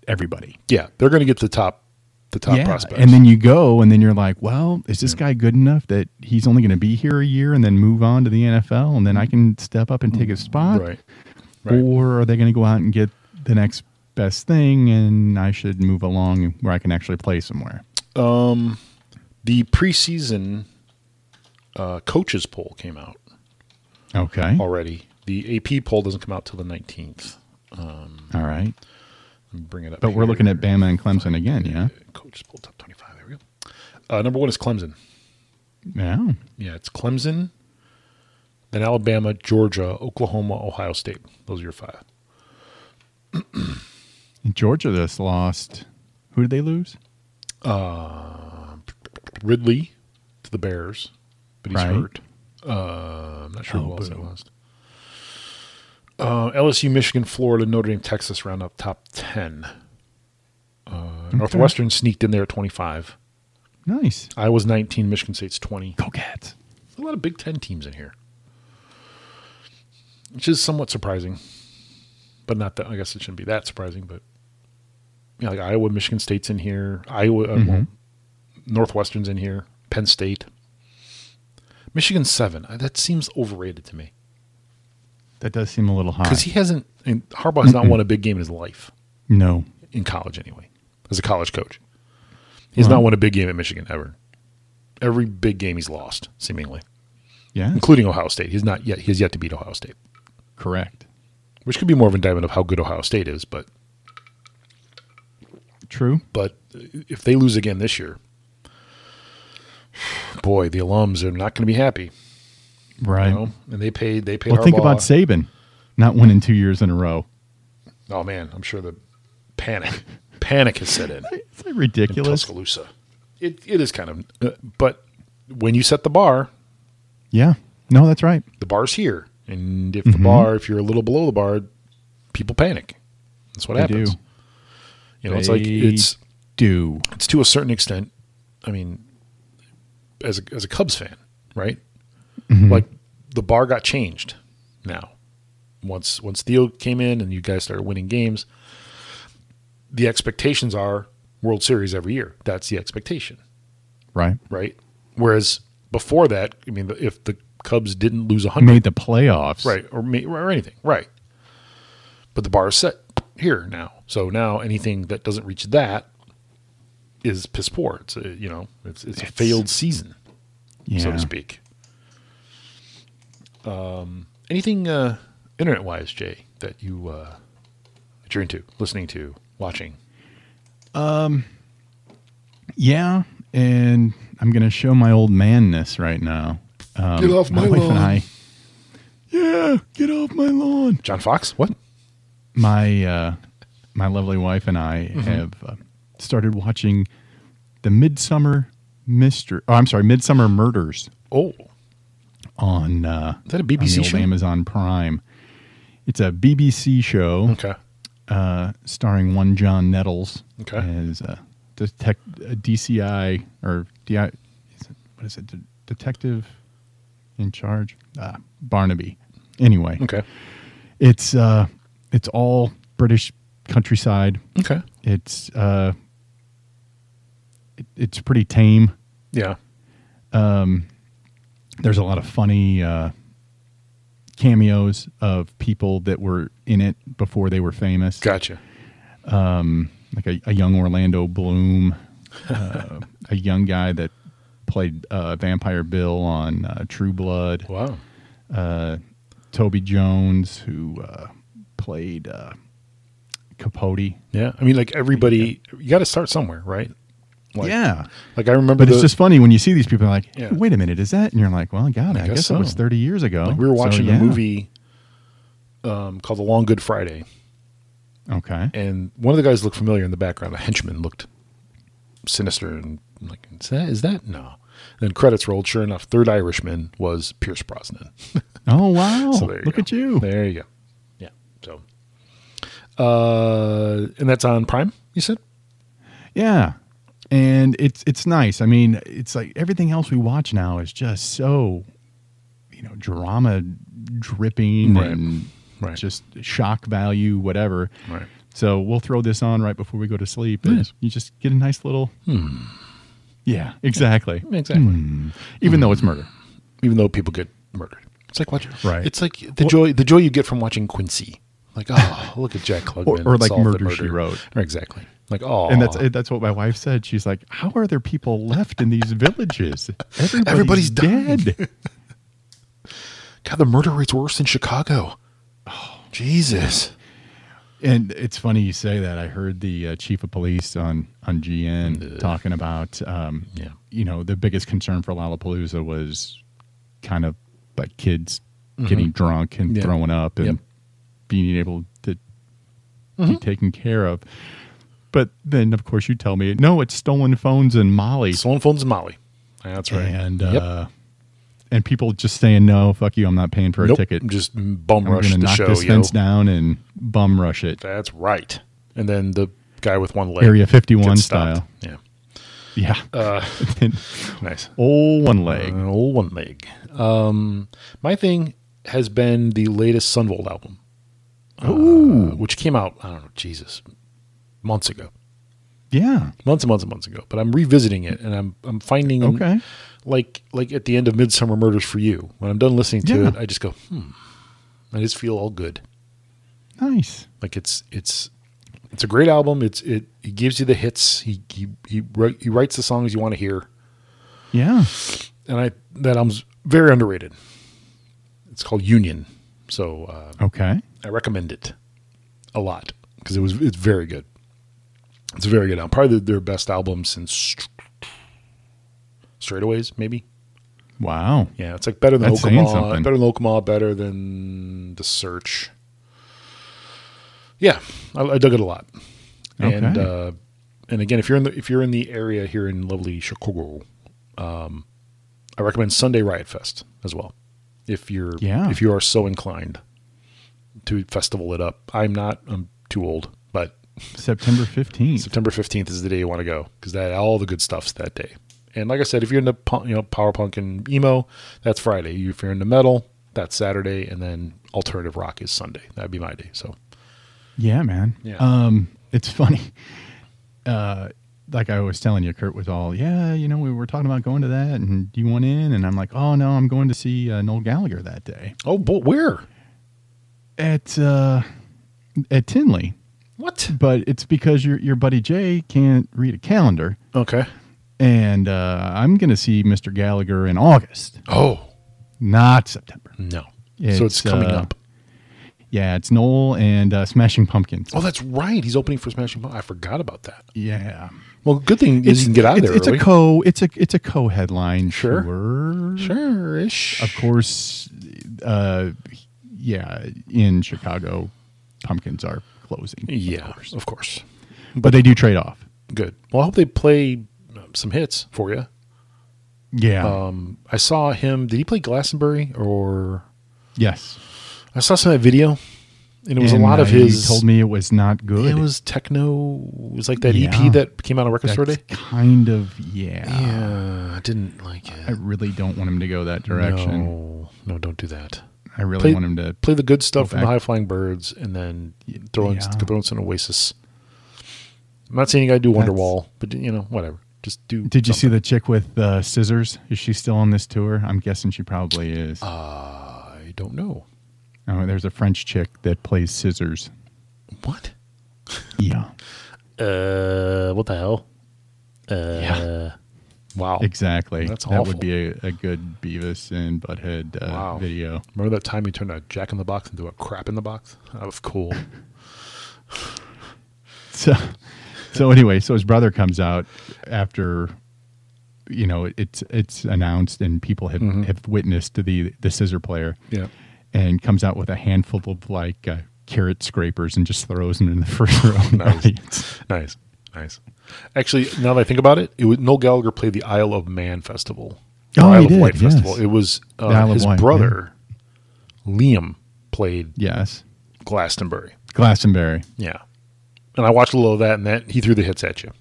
Speaker 5: everybody.
Speaker 3: yeah, they're going to get the top, the top
Speaker 5: yeah,
Speaker 3: prospects.
Speaker 5: and then you go, and then you're like, well, is this guy good enough that he's only going to be here a year and then move on to the NFL, and then I can step up and take his spot,
Speaker 3: Mm-hmm. right, right.
Speaker 5: or are they going to go out and get the next best thing, and I should move along where I can actually play somewhere?
Speaker 3: the preseason uh, coaches poll came out
Speaker 5: Okay,
Speaker 3: already. The AP poll doesn't come out till the nineteenth.
Speaker 5: all right.
Speaker 3: Let me bring it up.
Speaker 5: But we're looking at
Speaker 3: here. Uh,
Speaker 5: Bama and Clemson again, yeah?
Speaker 3: coaches poll top twenty-five. There we go. Uh, number one is Clemson.
Speaker 5: Yeah.
Speaker 3: Yeah, it's Clemson, then Alabama, Georgia, Oklahoma, Ohio State. Those are your five.
Speaker 5: Georgia just lost. Who did they lose?
Speaker 3: Ridley to the Bears, but he's
Speaker 5: Right.
Speaker 3: hurt. Uh, I'm not sure who
Speaker 5: Oh,
Speaker 3: else they
Speaker 5: boo.
Speaker 3: lost. Uh, LSU, Michigan, Florida, Notre Dame, Texas round up top 10. Uh, Northwestern sneaked in there at 25.
Speaker 5: Nice.
Speaker 3: Iowa's 19, Michigan State's 20.
Speaker 5: Go Cats.
Speaker 3: A lot of Big Ten teams in here, which is somewhat surprising, but not that. I guess it shouldn't be that surprising, but yeah, like Iowa, Michigan State's in here. Iowa, uh, well, Northwestern's in here. Penn State, Michigan seven. Uh, That seems overrated to me
Speaker 5: That does seem a little high.
Speaker 3: because he hasn't. And Harbaugh has not won a big game in his life
Speaker 5: no.
Speaker 3: in college anyway, as a college coach. He's not won a big game at Michigan ever. Every big game he's lost, seemingly,
Speaker 5: Yeah.
Speaker 3: including Ohio State. He's not yet. He has yet to beat Ohio State,
Speaker 5: Correct.
Speaker 3: which could be more of an indictment of how good Ohio State is. But
Speaker 5: True.
Speaker 3: but if they lose again this year, boy, the alums are not going to be happy.
Speaker 5: Right.
Speaker 3: You know? And they paid. They paid.
Speaker 5: well, think
Speaker 3: Harbaugh.
Speaker 5: about Saban not winning two years in a row.
Speaker 3: Oh man, I'm sure the panic panic has set in.
Speaker 5: It's like
Speaker 3: in
Speaker 5: ridiculous.
Speaker 3: Tuscaloosa. It it is kind of, uh, but when you set the bar,
Speaker 5: Yeah. No, that's right.
Speaker 3: the bar's here, and if
Speaker 5: Mm-hmm.
Speaker 3: the bar, if you're a little below the bar, people panic. That's what
Speaker 5: They
Speaker 3: happens.
Speaker 5: do.
Speaker 3: You know, it's like
Speaker 5: They
Speaker 3: it's
Speaker 5: do.
Speaker 3: it's to a certain extent. I mean, as a, as a Cubs fan, right? Like the bar got changed now. Once once Theo came in and you guys started winning games, the expectations are World Series every year. That's the expectation.
Speaker 5: Right.
Speaker 3: right? Whereas before that, I mean, if the Cubs didn't lose 100,
Speaker 5: Made the playoffs.
Speaker 3: right, or, ma- or anything, right? But the bar is set here now. So now anything that doesn't reach that is piss poor. It's a, you know, it's, it's, a
Speaker 5: It's-
Speaker 3: failed season,
Speaker 5: Yeah.
Speaker 3: so to speak. Um, anything uh, internet wise, Jay, that you uh, that you're into, listening to, watching?
Speaker 5: Yeah, and I'm gonna show my old manness right now. Um,
Speaker 3: Get off my
Speaker 5: wife
Speaker 3: lawn.
Speaker 5: And I, yeah, get off my lawn.
Speaker 3: John Fox? What?
Speaker 5: My uh, my lovely wife and I
Speaker 3: Mm-hmm.
Speaker 5: have uh, started watching the Midsummer Mystery. Oh, I'm sorry, Midsummer Murders
Speaker 3: Oh,
Speaker 5: on uh,
Speaker 3: is that a
Speaker 5: on the
Speaker 3: BBC
Speaker 5: old
Speaker 3: show?
Speaker 5: Amazon Prime. It's a BBC show
Speaker 3: Okay.
Speaker 5: uh, starring one John Nettles
Speaker 3: Okay.
Speaker 5: as a, detec- uh, a DCI or DI, is it, what is it, De- detective in charge, uh, Barnaby. Anyway,
Speaker 3: Okay.
Speaker 5: it's uh, it's all British countryside.
Speaker 3: Okay.
Speaker 5: It's uh, it, it's pretty tame.
Speaker 3: Yeah.
Speaker 5: There's a lot of funny uh, cameos of people that were in it before they were famous.
Speaker 3: Gotcha.
Speaker 5: like a, a young Orlando Bloom, uh, a young guy that played uh, Vampire Bill on uh, True Blood,
Speaker 3: Wow.
Speaker 5: Toby Jones, who uh, played uh, Capote.
Speaker 3: Yeah, I mean, like everybody, you got to start somewhere, right? Like,
Speaker 5: yeah.
Speaker 3: Like I remember,
Speaker 5: But
Speaker 3: the,
Speaker 5: it's just funny when you see these people like, hey,
Speaker 3: Yeah.
Speaker 5: wait a minute, is that? And you're like, well, God, I,
Speaker 3: guess
Speaker 5: guess,
Speaker 3: so.
Speaker 5: it was 30 years ago.
Speaker 3: like we were
Speaker 5: So,
Speaker 3: watching
Speaker 5: yeah.
Speaker 3: a movie um, called The Long Good Friday,
Speaker 5: Okay.
Speaker 3: and one of the guys looked familiar in the background. The henchman looked sinister, and I'm like, is that? Is that no? And then credits rolled. Sure enough, third Irishman was Pierce Brosnan.
Speaker 5: Oh, wow.
Speaker 3: So there you
Speaker 5: Look
Speaker 3: go.
Speaker 5: at you.
Speaker 3: There you go. Yeah. So, uh, and that's on Prime. You said
Speaker 5: Yeah. And it's it's nice. I mean, it's like everything else we watch now is just so you know, drama dripping
Speaker 3: Right.
Speaker 5: and
Speaker 3: Right.
Speaker 5: just shock value whatever.
Speaker 3: Right.
Speaker 5: So we'll throw this on right before we go to sleep and
Speaker 3: Nice. Hmm.
Speaker 5: you just get a nice little Yeah, exactly. Hmm.
Speaker 3: exactly.
Speaker 5: Even though it's murder.
Speaker 3: even though people get murdered. It's like watching.
Speaker 5: Right.
Speaker 3: It's like the
Speaker 5: Well-
Speaker 3: joy the joy you get from watching Quincy. Like oh, look at Jack Klugman.
Speaker 5: or
Speaker 3: and
Speaker 5: like
Speaker 3: solve the
Speaker 5: Murder, She Wrote.
Speaker 3: Or exactly. Like oh,
Speaker 5: And that's that's what my wife said. She's like, "How are there people left in these villages? Everybody's,
Speaker 3: Everybody's dying."
Speaker 5: dead."
Speaker 3: God, the murder rate's worse in Chicago. Oh, Jesus.
Speaker 5: And it's funny you say that. I heard the uh, chief of police on on GN talking about, um,
Speaker 3: Yeah.
Speaker 5: you know, the biggest concern for Lollapalooza was kind of like kids getting drunk and
Speaker 3: Mm-hmm. Yeah.
Speaker 5: throwing up and
Speaker 3: Yep. Mm-hmm.
Speaker 5: being able to be taken care of. But then, of course, you tell me, no, it's stolen phones and Molly,
Speaker 3: Sloan phones Molly. Yeah, that's right.
Speaker 5: and
Speaker 3: Yep.
Speaker 5: uh, and people just saying, no, fuck you, I'm not paying for a
Speaker 3: nope,
Speaker 5: ticket.
Speaker 3: Just bum
Speaker 5: I'm
Speaker 3: rush
Speaker 5: gonna
Speaker 3: the
Speaker 5: knock
Speaker 3: show.
Speaker 5: this
Speaker 3: yo.
Speaker 5: fence down and bum rush it,
Speaker 3: That's right. And then the guy with one leg
Speaker 5: Area 51
Speaker 3: gets
Speaker 5: style.
Speaker 3: stopped. Yeah.
Speaker 5: Yeah.
Speaker 3: Uh, Nice.
Speaker 5: oh, one leg.
Speaker 3: An old one leg. Um, my thing has been the latest Sunvolt album, uh, which came out, I don't know, Jesus, months ago.
Speaker 5: Yeah.
Speaker 3: months and months and months ago. But I'm revisiting it, and I'm I'm finding
Speaker 5: Okay.
Speaker 3: like like at the end of Midsummer Murders for You. When I'm done listening to
Speaker 5: Yeah.
Speaker 3: it, I just go, hmm. I just feel all good.
Speaker 5: Nice.
Speaker 3: Like it's it's it's a great album. It's it he gives you the hits. He he he, wri- he writes the songs you want to hear,
Speaker 5: Yeah.
Speaker 3: and I that album's very underrated. It's called Union, so uh,
Speaker 5: Okay.
Speaker 3: I recommend it a lot because it was it's very good. It's a very good album. Probably their best album since Str- Straightaways, maybe.
Speaker 5: Wow.
Speaker 3: Yeah, it's like better than
Speaker 5: That's saying
Speaker 3: Okama,
Speaker 5: something.
Speaker 3: better than Okama, better than The Search. Yeah, I, I dug it a lot. And
Speaker 5: Okay.
Speaker 3: uh, and again, if you're in the if you're in the area here in lovely Chicago, um, I recommend Sunday Riot Fest as well. If you're
Speaker 5: Yeah.
Speaker 3: if you are so inclined to festival it up, I'm not. I'm too old, but
Speaker 5: September 15th.
Speaker 3: September 15th is the day you want to go because that all the good stuff's that day. And like I said, if you're into pu- you know power punk and emo, that's Friday. You- If you're into metal, that's Saturday, and then alternative rock is Sunday. That'd be my day. So
Speaker 5: Yeah, man.
Speaker 3: Yeah.
Speaker 5: Um, it's funny. Uh, like I was telling you, Kurt was all, yeah, you know, we were talking about going to that, and do you want in? And I'm like, oh no, I'm going to see uh, Noel Gallagher that day
Speaker 3: oh, but where?
Speaker 5: at uh, at Tinley.
Speaker 3: What?
Speaker 5: But it's because your your buddy Jay can't read a calendar,
Speaker 3: Okay.
Speaker 5: and uh, I'm going to see Mr. Gallagher in August,
Speaker 3: Oh
Speaker 5: not September.
Speaker 3: no.
Speaker 5: It's,
Speaker 3: so it's coming
Speaker 5: uh,
Speaker 3: up.
Speaker 5: Yeah, it's Noel and uh, Smashing Pumpkins.
Speaker 3: Oh, that's right. He's opening for Smashing Pumpkins. I forgot about that.
Speaker 5: Yeah.
Speaker 3: Well, good thing is you can get out of
Speaker 5: it's,
Speaker 3: there
Speaker 5: It's
Speaker 3: early.
Speaker 5: a co. It's a it's a co-headline.
Speaker 3: Sure.
Speaker 5: sure.
Speaker 3: Sure-ish.
Speaker 5: Of course, uh, yeah. In Chicago, pumpkins are closing. of
Speaker 3: Yeah,
Speaker 5: course.
Speaker 3: of course.
Speaker 5: but they do trade off.
Speaker 3: Good. Well, I hope they play uh, some hits for you.
Speaker 5: Yeah.
Speaker 3: Um, I saw him. Did he play Glastonbury or?
Speaker 5: yes.
Speaker 3: I saw some of that video, and it was
Speaker 5: And,
Speaker 3: a lot
Speaker 5: uh,
Speaker 3: of
Speaker 5: he
Speaker 3: his.
Speaker 5: told me it was not good.
Speaker 3: it was techno. It was like that
Speaker 5: Yeah.
Speaker 3: EP that came out on Record
Speaker 5: That's
Speaker 3: Store Day.
Speaker 5: kind of yeah.
Speaker 3: Yeah, I didn't like it.
Speaker 5: I really don't want him to go that direction.
Speaker 3: No, no, don't do that.
Speaker 5: I really
Speaker 3: Play-
Speaker 5: want him to.
Speaker 3: Play the good stuff from the
Speaker 5: back.
Speaker 3: High Flying Birds, and then throw in
Speaker 5: yeah.
Speaker 3: throw in some Oasis. I'm not saying you got to do
Speaker 5: That's-
Speaker 3: Wonderwall, but you know, whatever. Just do.
Speaker 5: Did you see
Speaker 3: something.
Speaker 5: the chick with uh, scissors? Is she still on this tour? I'm guessing she probably is.
Speaker 3: Uh, I don't know
Speaker 5: oh, there's a French chick that plays scissors.
Speaker 3: what.
Speaker 5: Yeah.
Speaker 3: Uh, what the hell? Uh,
Speaker 5: Yeah.
Speaker 3: Wow.
Speaker 5: Exactly.
Speaker 3: That's
Speaker 5: that
Speaker 3: awful.
Speaker 5: would be a, a good Beavis and Butthead uh,
Speaker 3: Wow.
Speaker 5: video.
Speaker 3: Remember that time you turned a Jack in the Box into a crap in the box? That was cool.
Speaker 5: So, so anyway, so his brother comes out after, you know, it's it's announced and people have, have witnessed the the scissor player,
Speaker 3: Mm-hmm. yeah.
Speaker 5: and comes out with a handful of like uh, carrot scrapers and just throws them in the first row. of the
Speaker 3: Nice.
Speaker 5: audience.
Speaker 3: Nice, nice. Actually, now that I think about it, it was Noel Gallagher played the Isle of Man festival, or
Speaker 5: Oh, he
Speaker 3: Isle of
Speaker 5: did,
Speaker 3: Wight
Speaker 5: yes.
Speaker 3: festival. It was uh,
Speaker 5: The Isle of
Speaker 3: his
Speaker 5: Wight, yeah.
Speaker 3: brother Liam played
Speaker 5: Yes,
Speaker 3: Glastonbury.
Speaker 5: Glastonbury.
Speaker 3: Yeah, and I watched a little of that, and that he threw the hits at you.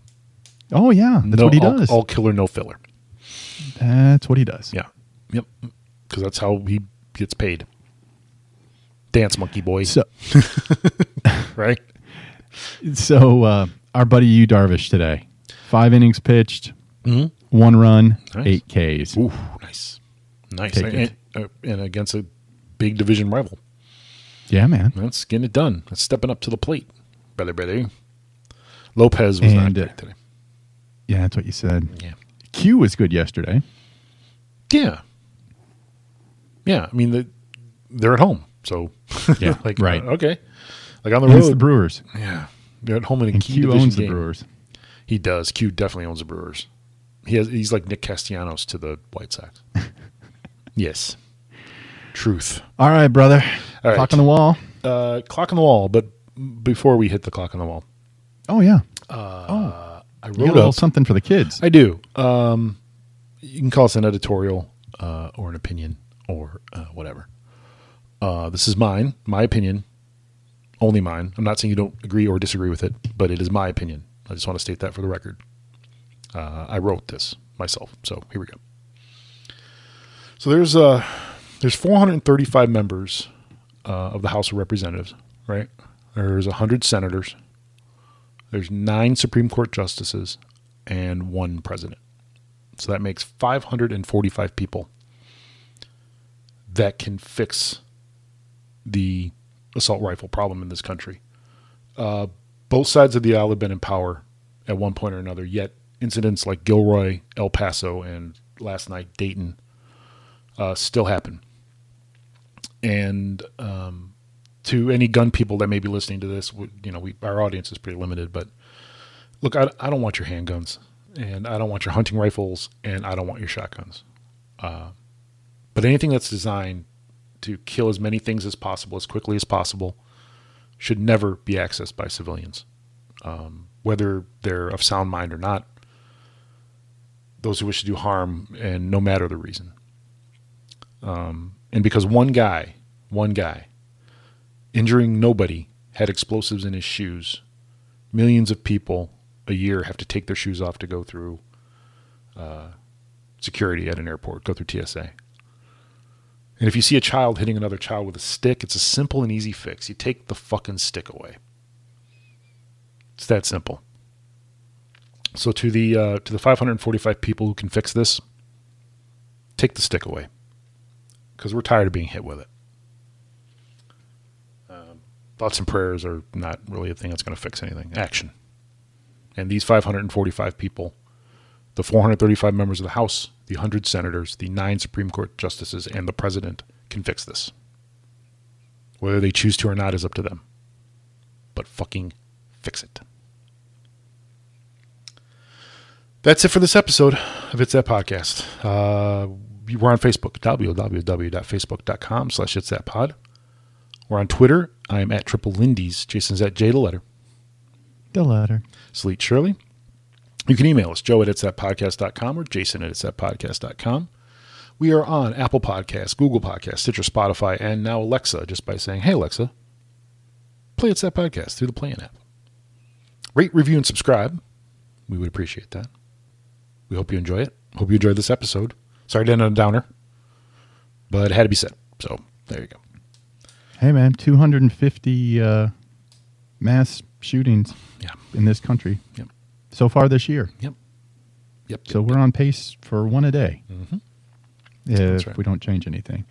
Speaker 5: Oh yeah, that's
Speaker 3: No-
Speaker 5: what he
Speaker 3: all,
Speaker 5: does.
Speaker 3: All killer, no filler.
Speaker 5: that's what he does.
Speaker 3: Yeah, yep. Because that's how he gets paid. Dance monkey boy,
Speaker 5: So,
Speaker 3: right?
Speaker 5: so uh, our buddy Yu Darvish today, five innings pitched, one run,
Speaker 3: Mm-hmm. Nice.
Speaker 5: eight Ks.
Speaker 3: Ooh, nice, nice,
Speaker 5: Take
Speaker 3: and,
Speaker 5: it.
Speaker 3: uh, and against a big division rival.
Speaker 5: Yeah, man.
Speaker 3: That's getting it done. That's stepping up to the plate, brother, brother. Lopez was
Speaker 5: And,
Speaker 3: not
Speaker 5: uh,
Speaker 3: great today.
Speaker 5: Yeah, that's what you said.
Speaker 3: Yeah,
Speaker 5: Q was good yesterday.
Speaker 3: yeah, yeah. I mean, the, they're at home, so
Speaker 5: Yeah,
Speaker 3: like
Speaker 5: right.
Speaker 3: uh, okay, like on the
Speaker 5: Against the
Speaker 3: road.
Speaker 5: Brewers.
Speaker 3: yeah, they're at home in a
Speaker 5: And
Speaker 3: key
Speaker 5: Q
Speaker 3: division
Speaker 5: owns the
Speaker 3: game.
Speaker 5: Brewers.
Speaker 3: He does. Q definitely owns the Brewers. He has. He's like Nick Castellanos to the White Sox. yes, truth.
Speaker 5: All right, brother.
Speaker 3: All right.
Speaker 5: Clock on the wall.
Speaker 3: Uh, clock on the wall, but before we hit the clock on the wall,
Speaker 5: Oh yeah.
Speaker 3: I
Speaker 5: You got a
Speaker 3: wrote
Speaker 5: little
Speaker 3: up
Speaker 5: something for the kids.
Speaker 3: I do. Um, you can call us an editorial uh, or an opinion or uh, whatever. Uh, this is mine, my opinion, only mine. I'm not saying you don't agree or disagree with it, but it is my opinion. I just want to state that for the record. Uh, I wrote this myself, so here we go. So there's uh, there's 435 members uh, of the House of Representatives, right? There's 100 senators. There's nine Supreme Court justices and one president. So that makes 545 people that can fix the assault rifle problem in this country. Uh, both sides of the aisle have been in power at one point or another, yet incidents like Gilroy, El Paso, and last night Dayton uh, still happen. And um, to any gun people that may be listening to this, we- you know, we, our audience is pretty limited, but look, I, I don't want your handguns, and I don't want your hunting rifles, and I don't want your shotguns. Uh, but anything that's designed to kill as many things as possible, as quickly as possible, should never be accessed by civilians, um, whether they're of sound mind or not. Those who wish to do harm, and no matter the reason. Um, and because one guy, one guy, injuring nobody, had explosives in his shoes millions of people a year have to take their shoes off to go through uh, security at an airport, go through TSA. And if you see a child hitting another child with a stick, it's a simple and easy fix. You take the fucking stick away. It's that simple. So to the uh, to the 545 people who can fix this, take the stick away, because we're tired of being hit with it. thoughts and prayers are not really a thing that's going to fix anything. Action. And these 545 people, the 435 members of the House, the 100 senators, the nine Supreme Court justices, and the president can fix this. Whether they choose to or not is up to them. But fucking fix it. That's it for this episode of It's That Podcast. Uh, we're on Facebook, www.facebook.com slash It's That Pod. We're on Twitter. I am at Triple Lindy's. Jason's at J the letter.
Speaker 5: The letter.
Speaker 3: Sleet Shirley. You can email us, joe at it's that podcast.com or jason at it's that podcast.com. We are on Apple Podcasts, Google Podcasts, Stitcher, Spotify, and now Alexa just by saying, hey, Alexa, play It's That Podcast through the Playing app. Rate, review, and subscribe. We would appreciate that. We hope you enjoy it. Hope you enjoyed this episode. Sorry to end on a downer, but it had to be said. So there you go.
Speaker 5: Hey man, 250 uh, mass shootings
Speaker 3: Yeah.
Speaker 5: in this country
Speaker 3: Yep.
Speaker 5: so far this year.
Speaker 3: Yep. Yep. Mm-hmm.
Speaker 5: So we're on pace for one a day if
Speaker 3: right.
Speaker 5: we don't change anything.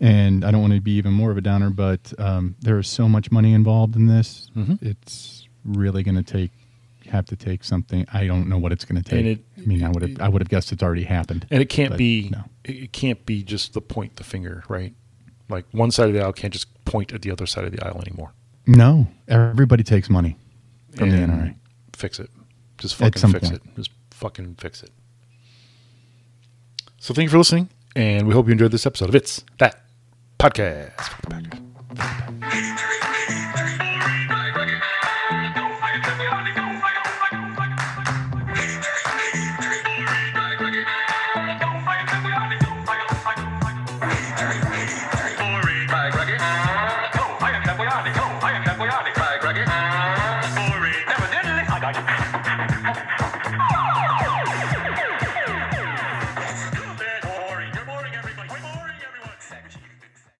Speaker 5: And I don't want to be even more of a downer, but um, there is so much money involved in this.
Speaker 3: Mm-hmm.
Speaker 5: It's really going to take have to take something. I don't know what it's going to take.
Speaker 3: And it-
Speaker 5: I mean, I would have I would have guessed it's already happened.
Speaker 3: And it can't
Speaker 5: But
Speaker 3: be
Speaker 5: no.
Speaker 3: it it can't be just the point the finger, right? Like one side of the aisle can't just point at the other side of the aisle anymore.
Speaker 5: no, everybody takes money from
Speaker 3: And
Speaker 5: the NRA.
Speaker 3: Fix it. Just
Speaker 5: At
Speaker 3: fucking
Speaker 5: some
Speaker 3: fix
Speaker 5: point.
Speaker 3: it. Just fucking fix it. So thank you for listening, and we hope you enjoyed this episode of It's That Podcast.
Speaker 6: Go, I am Jack Boyani. Go, I am Jack Boyani.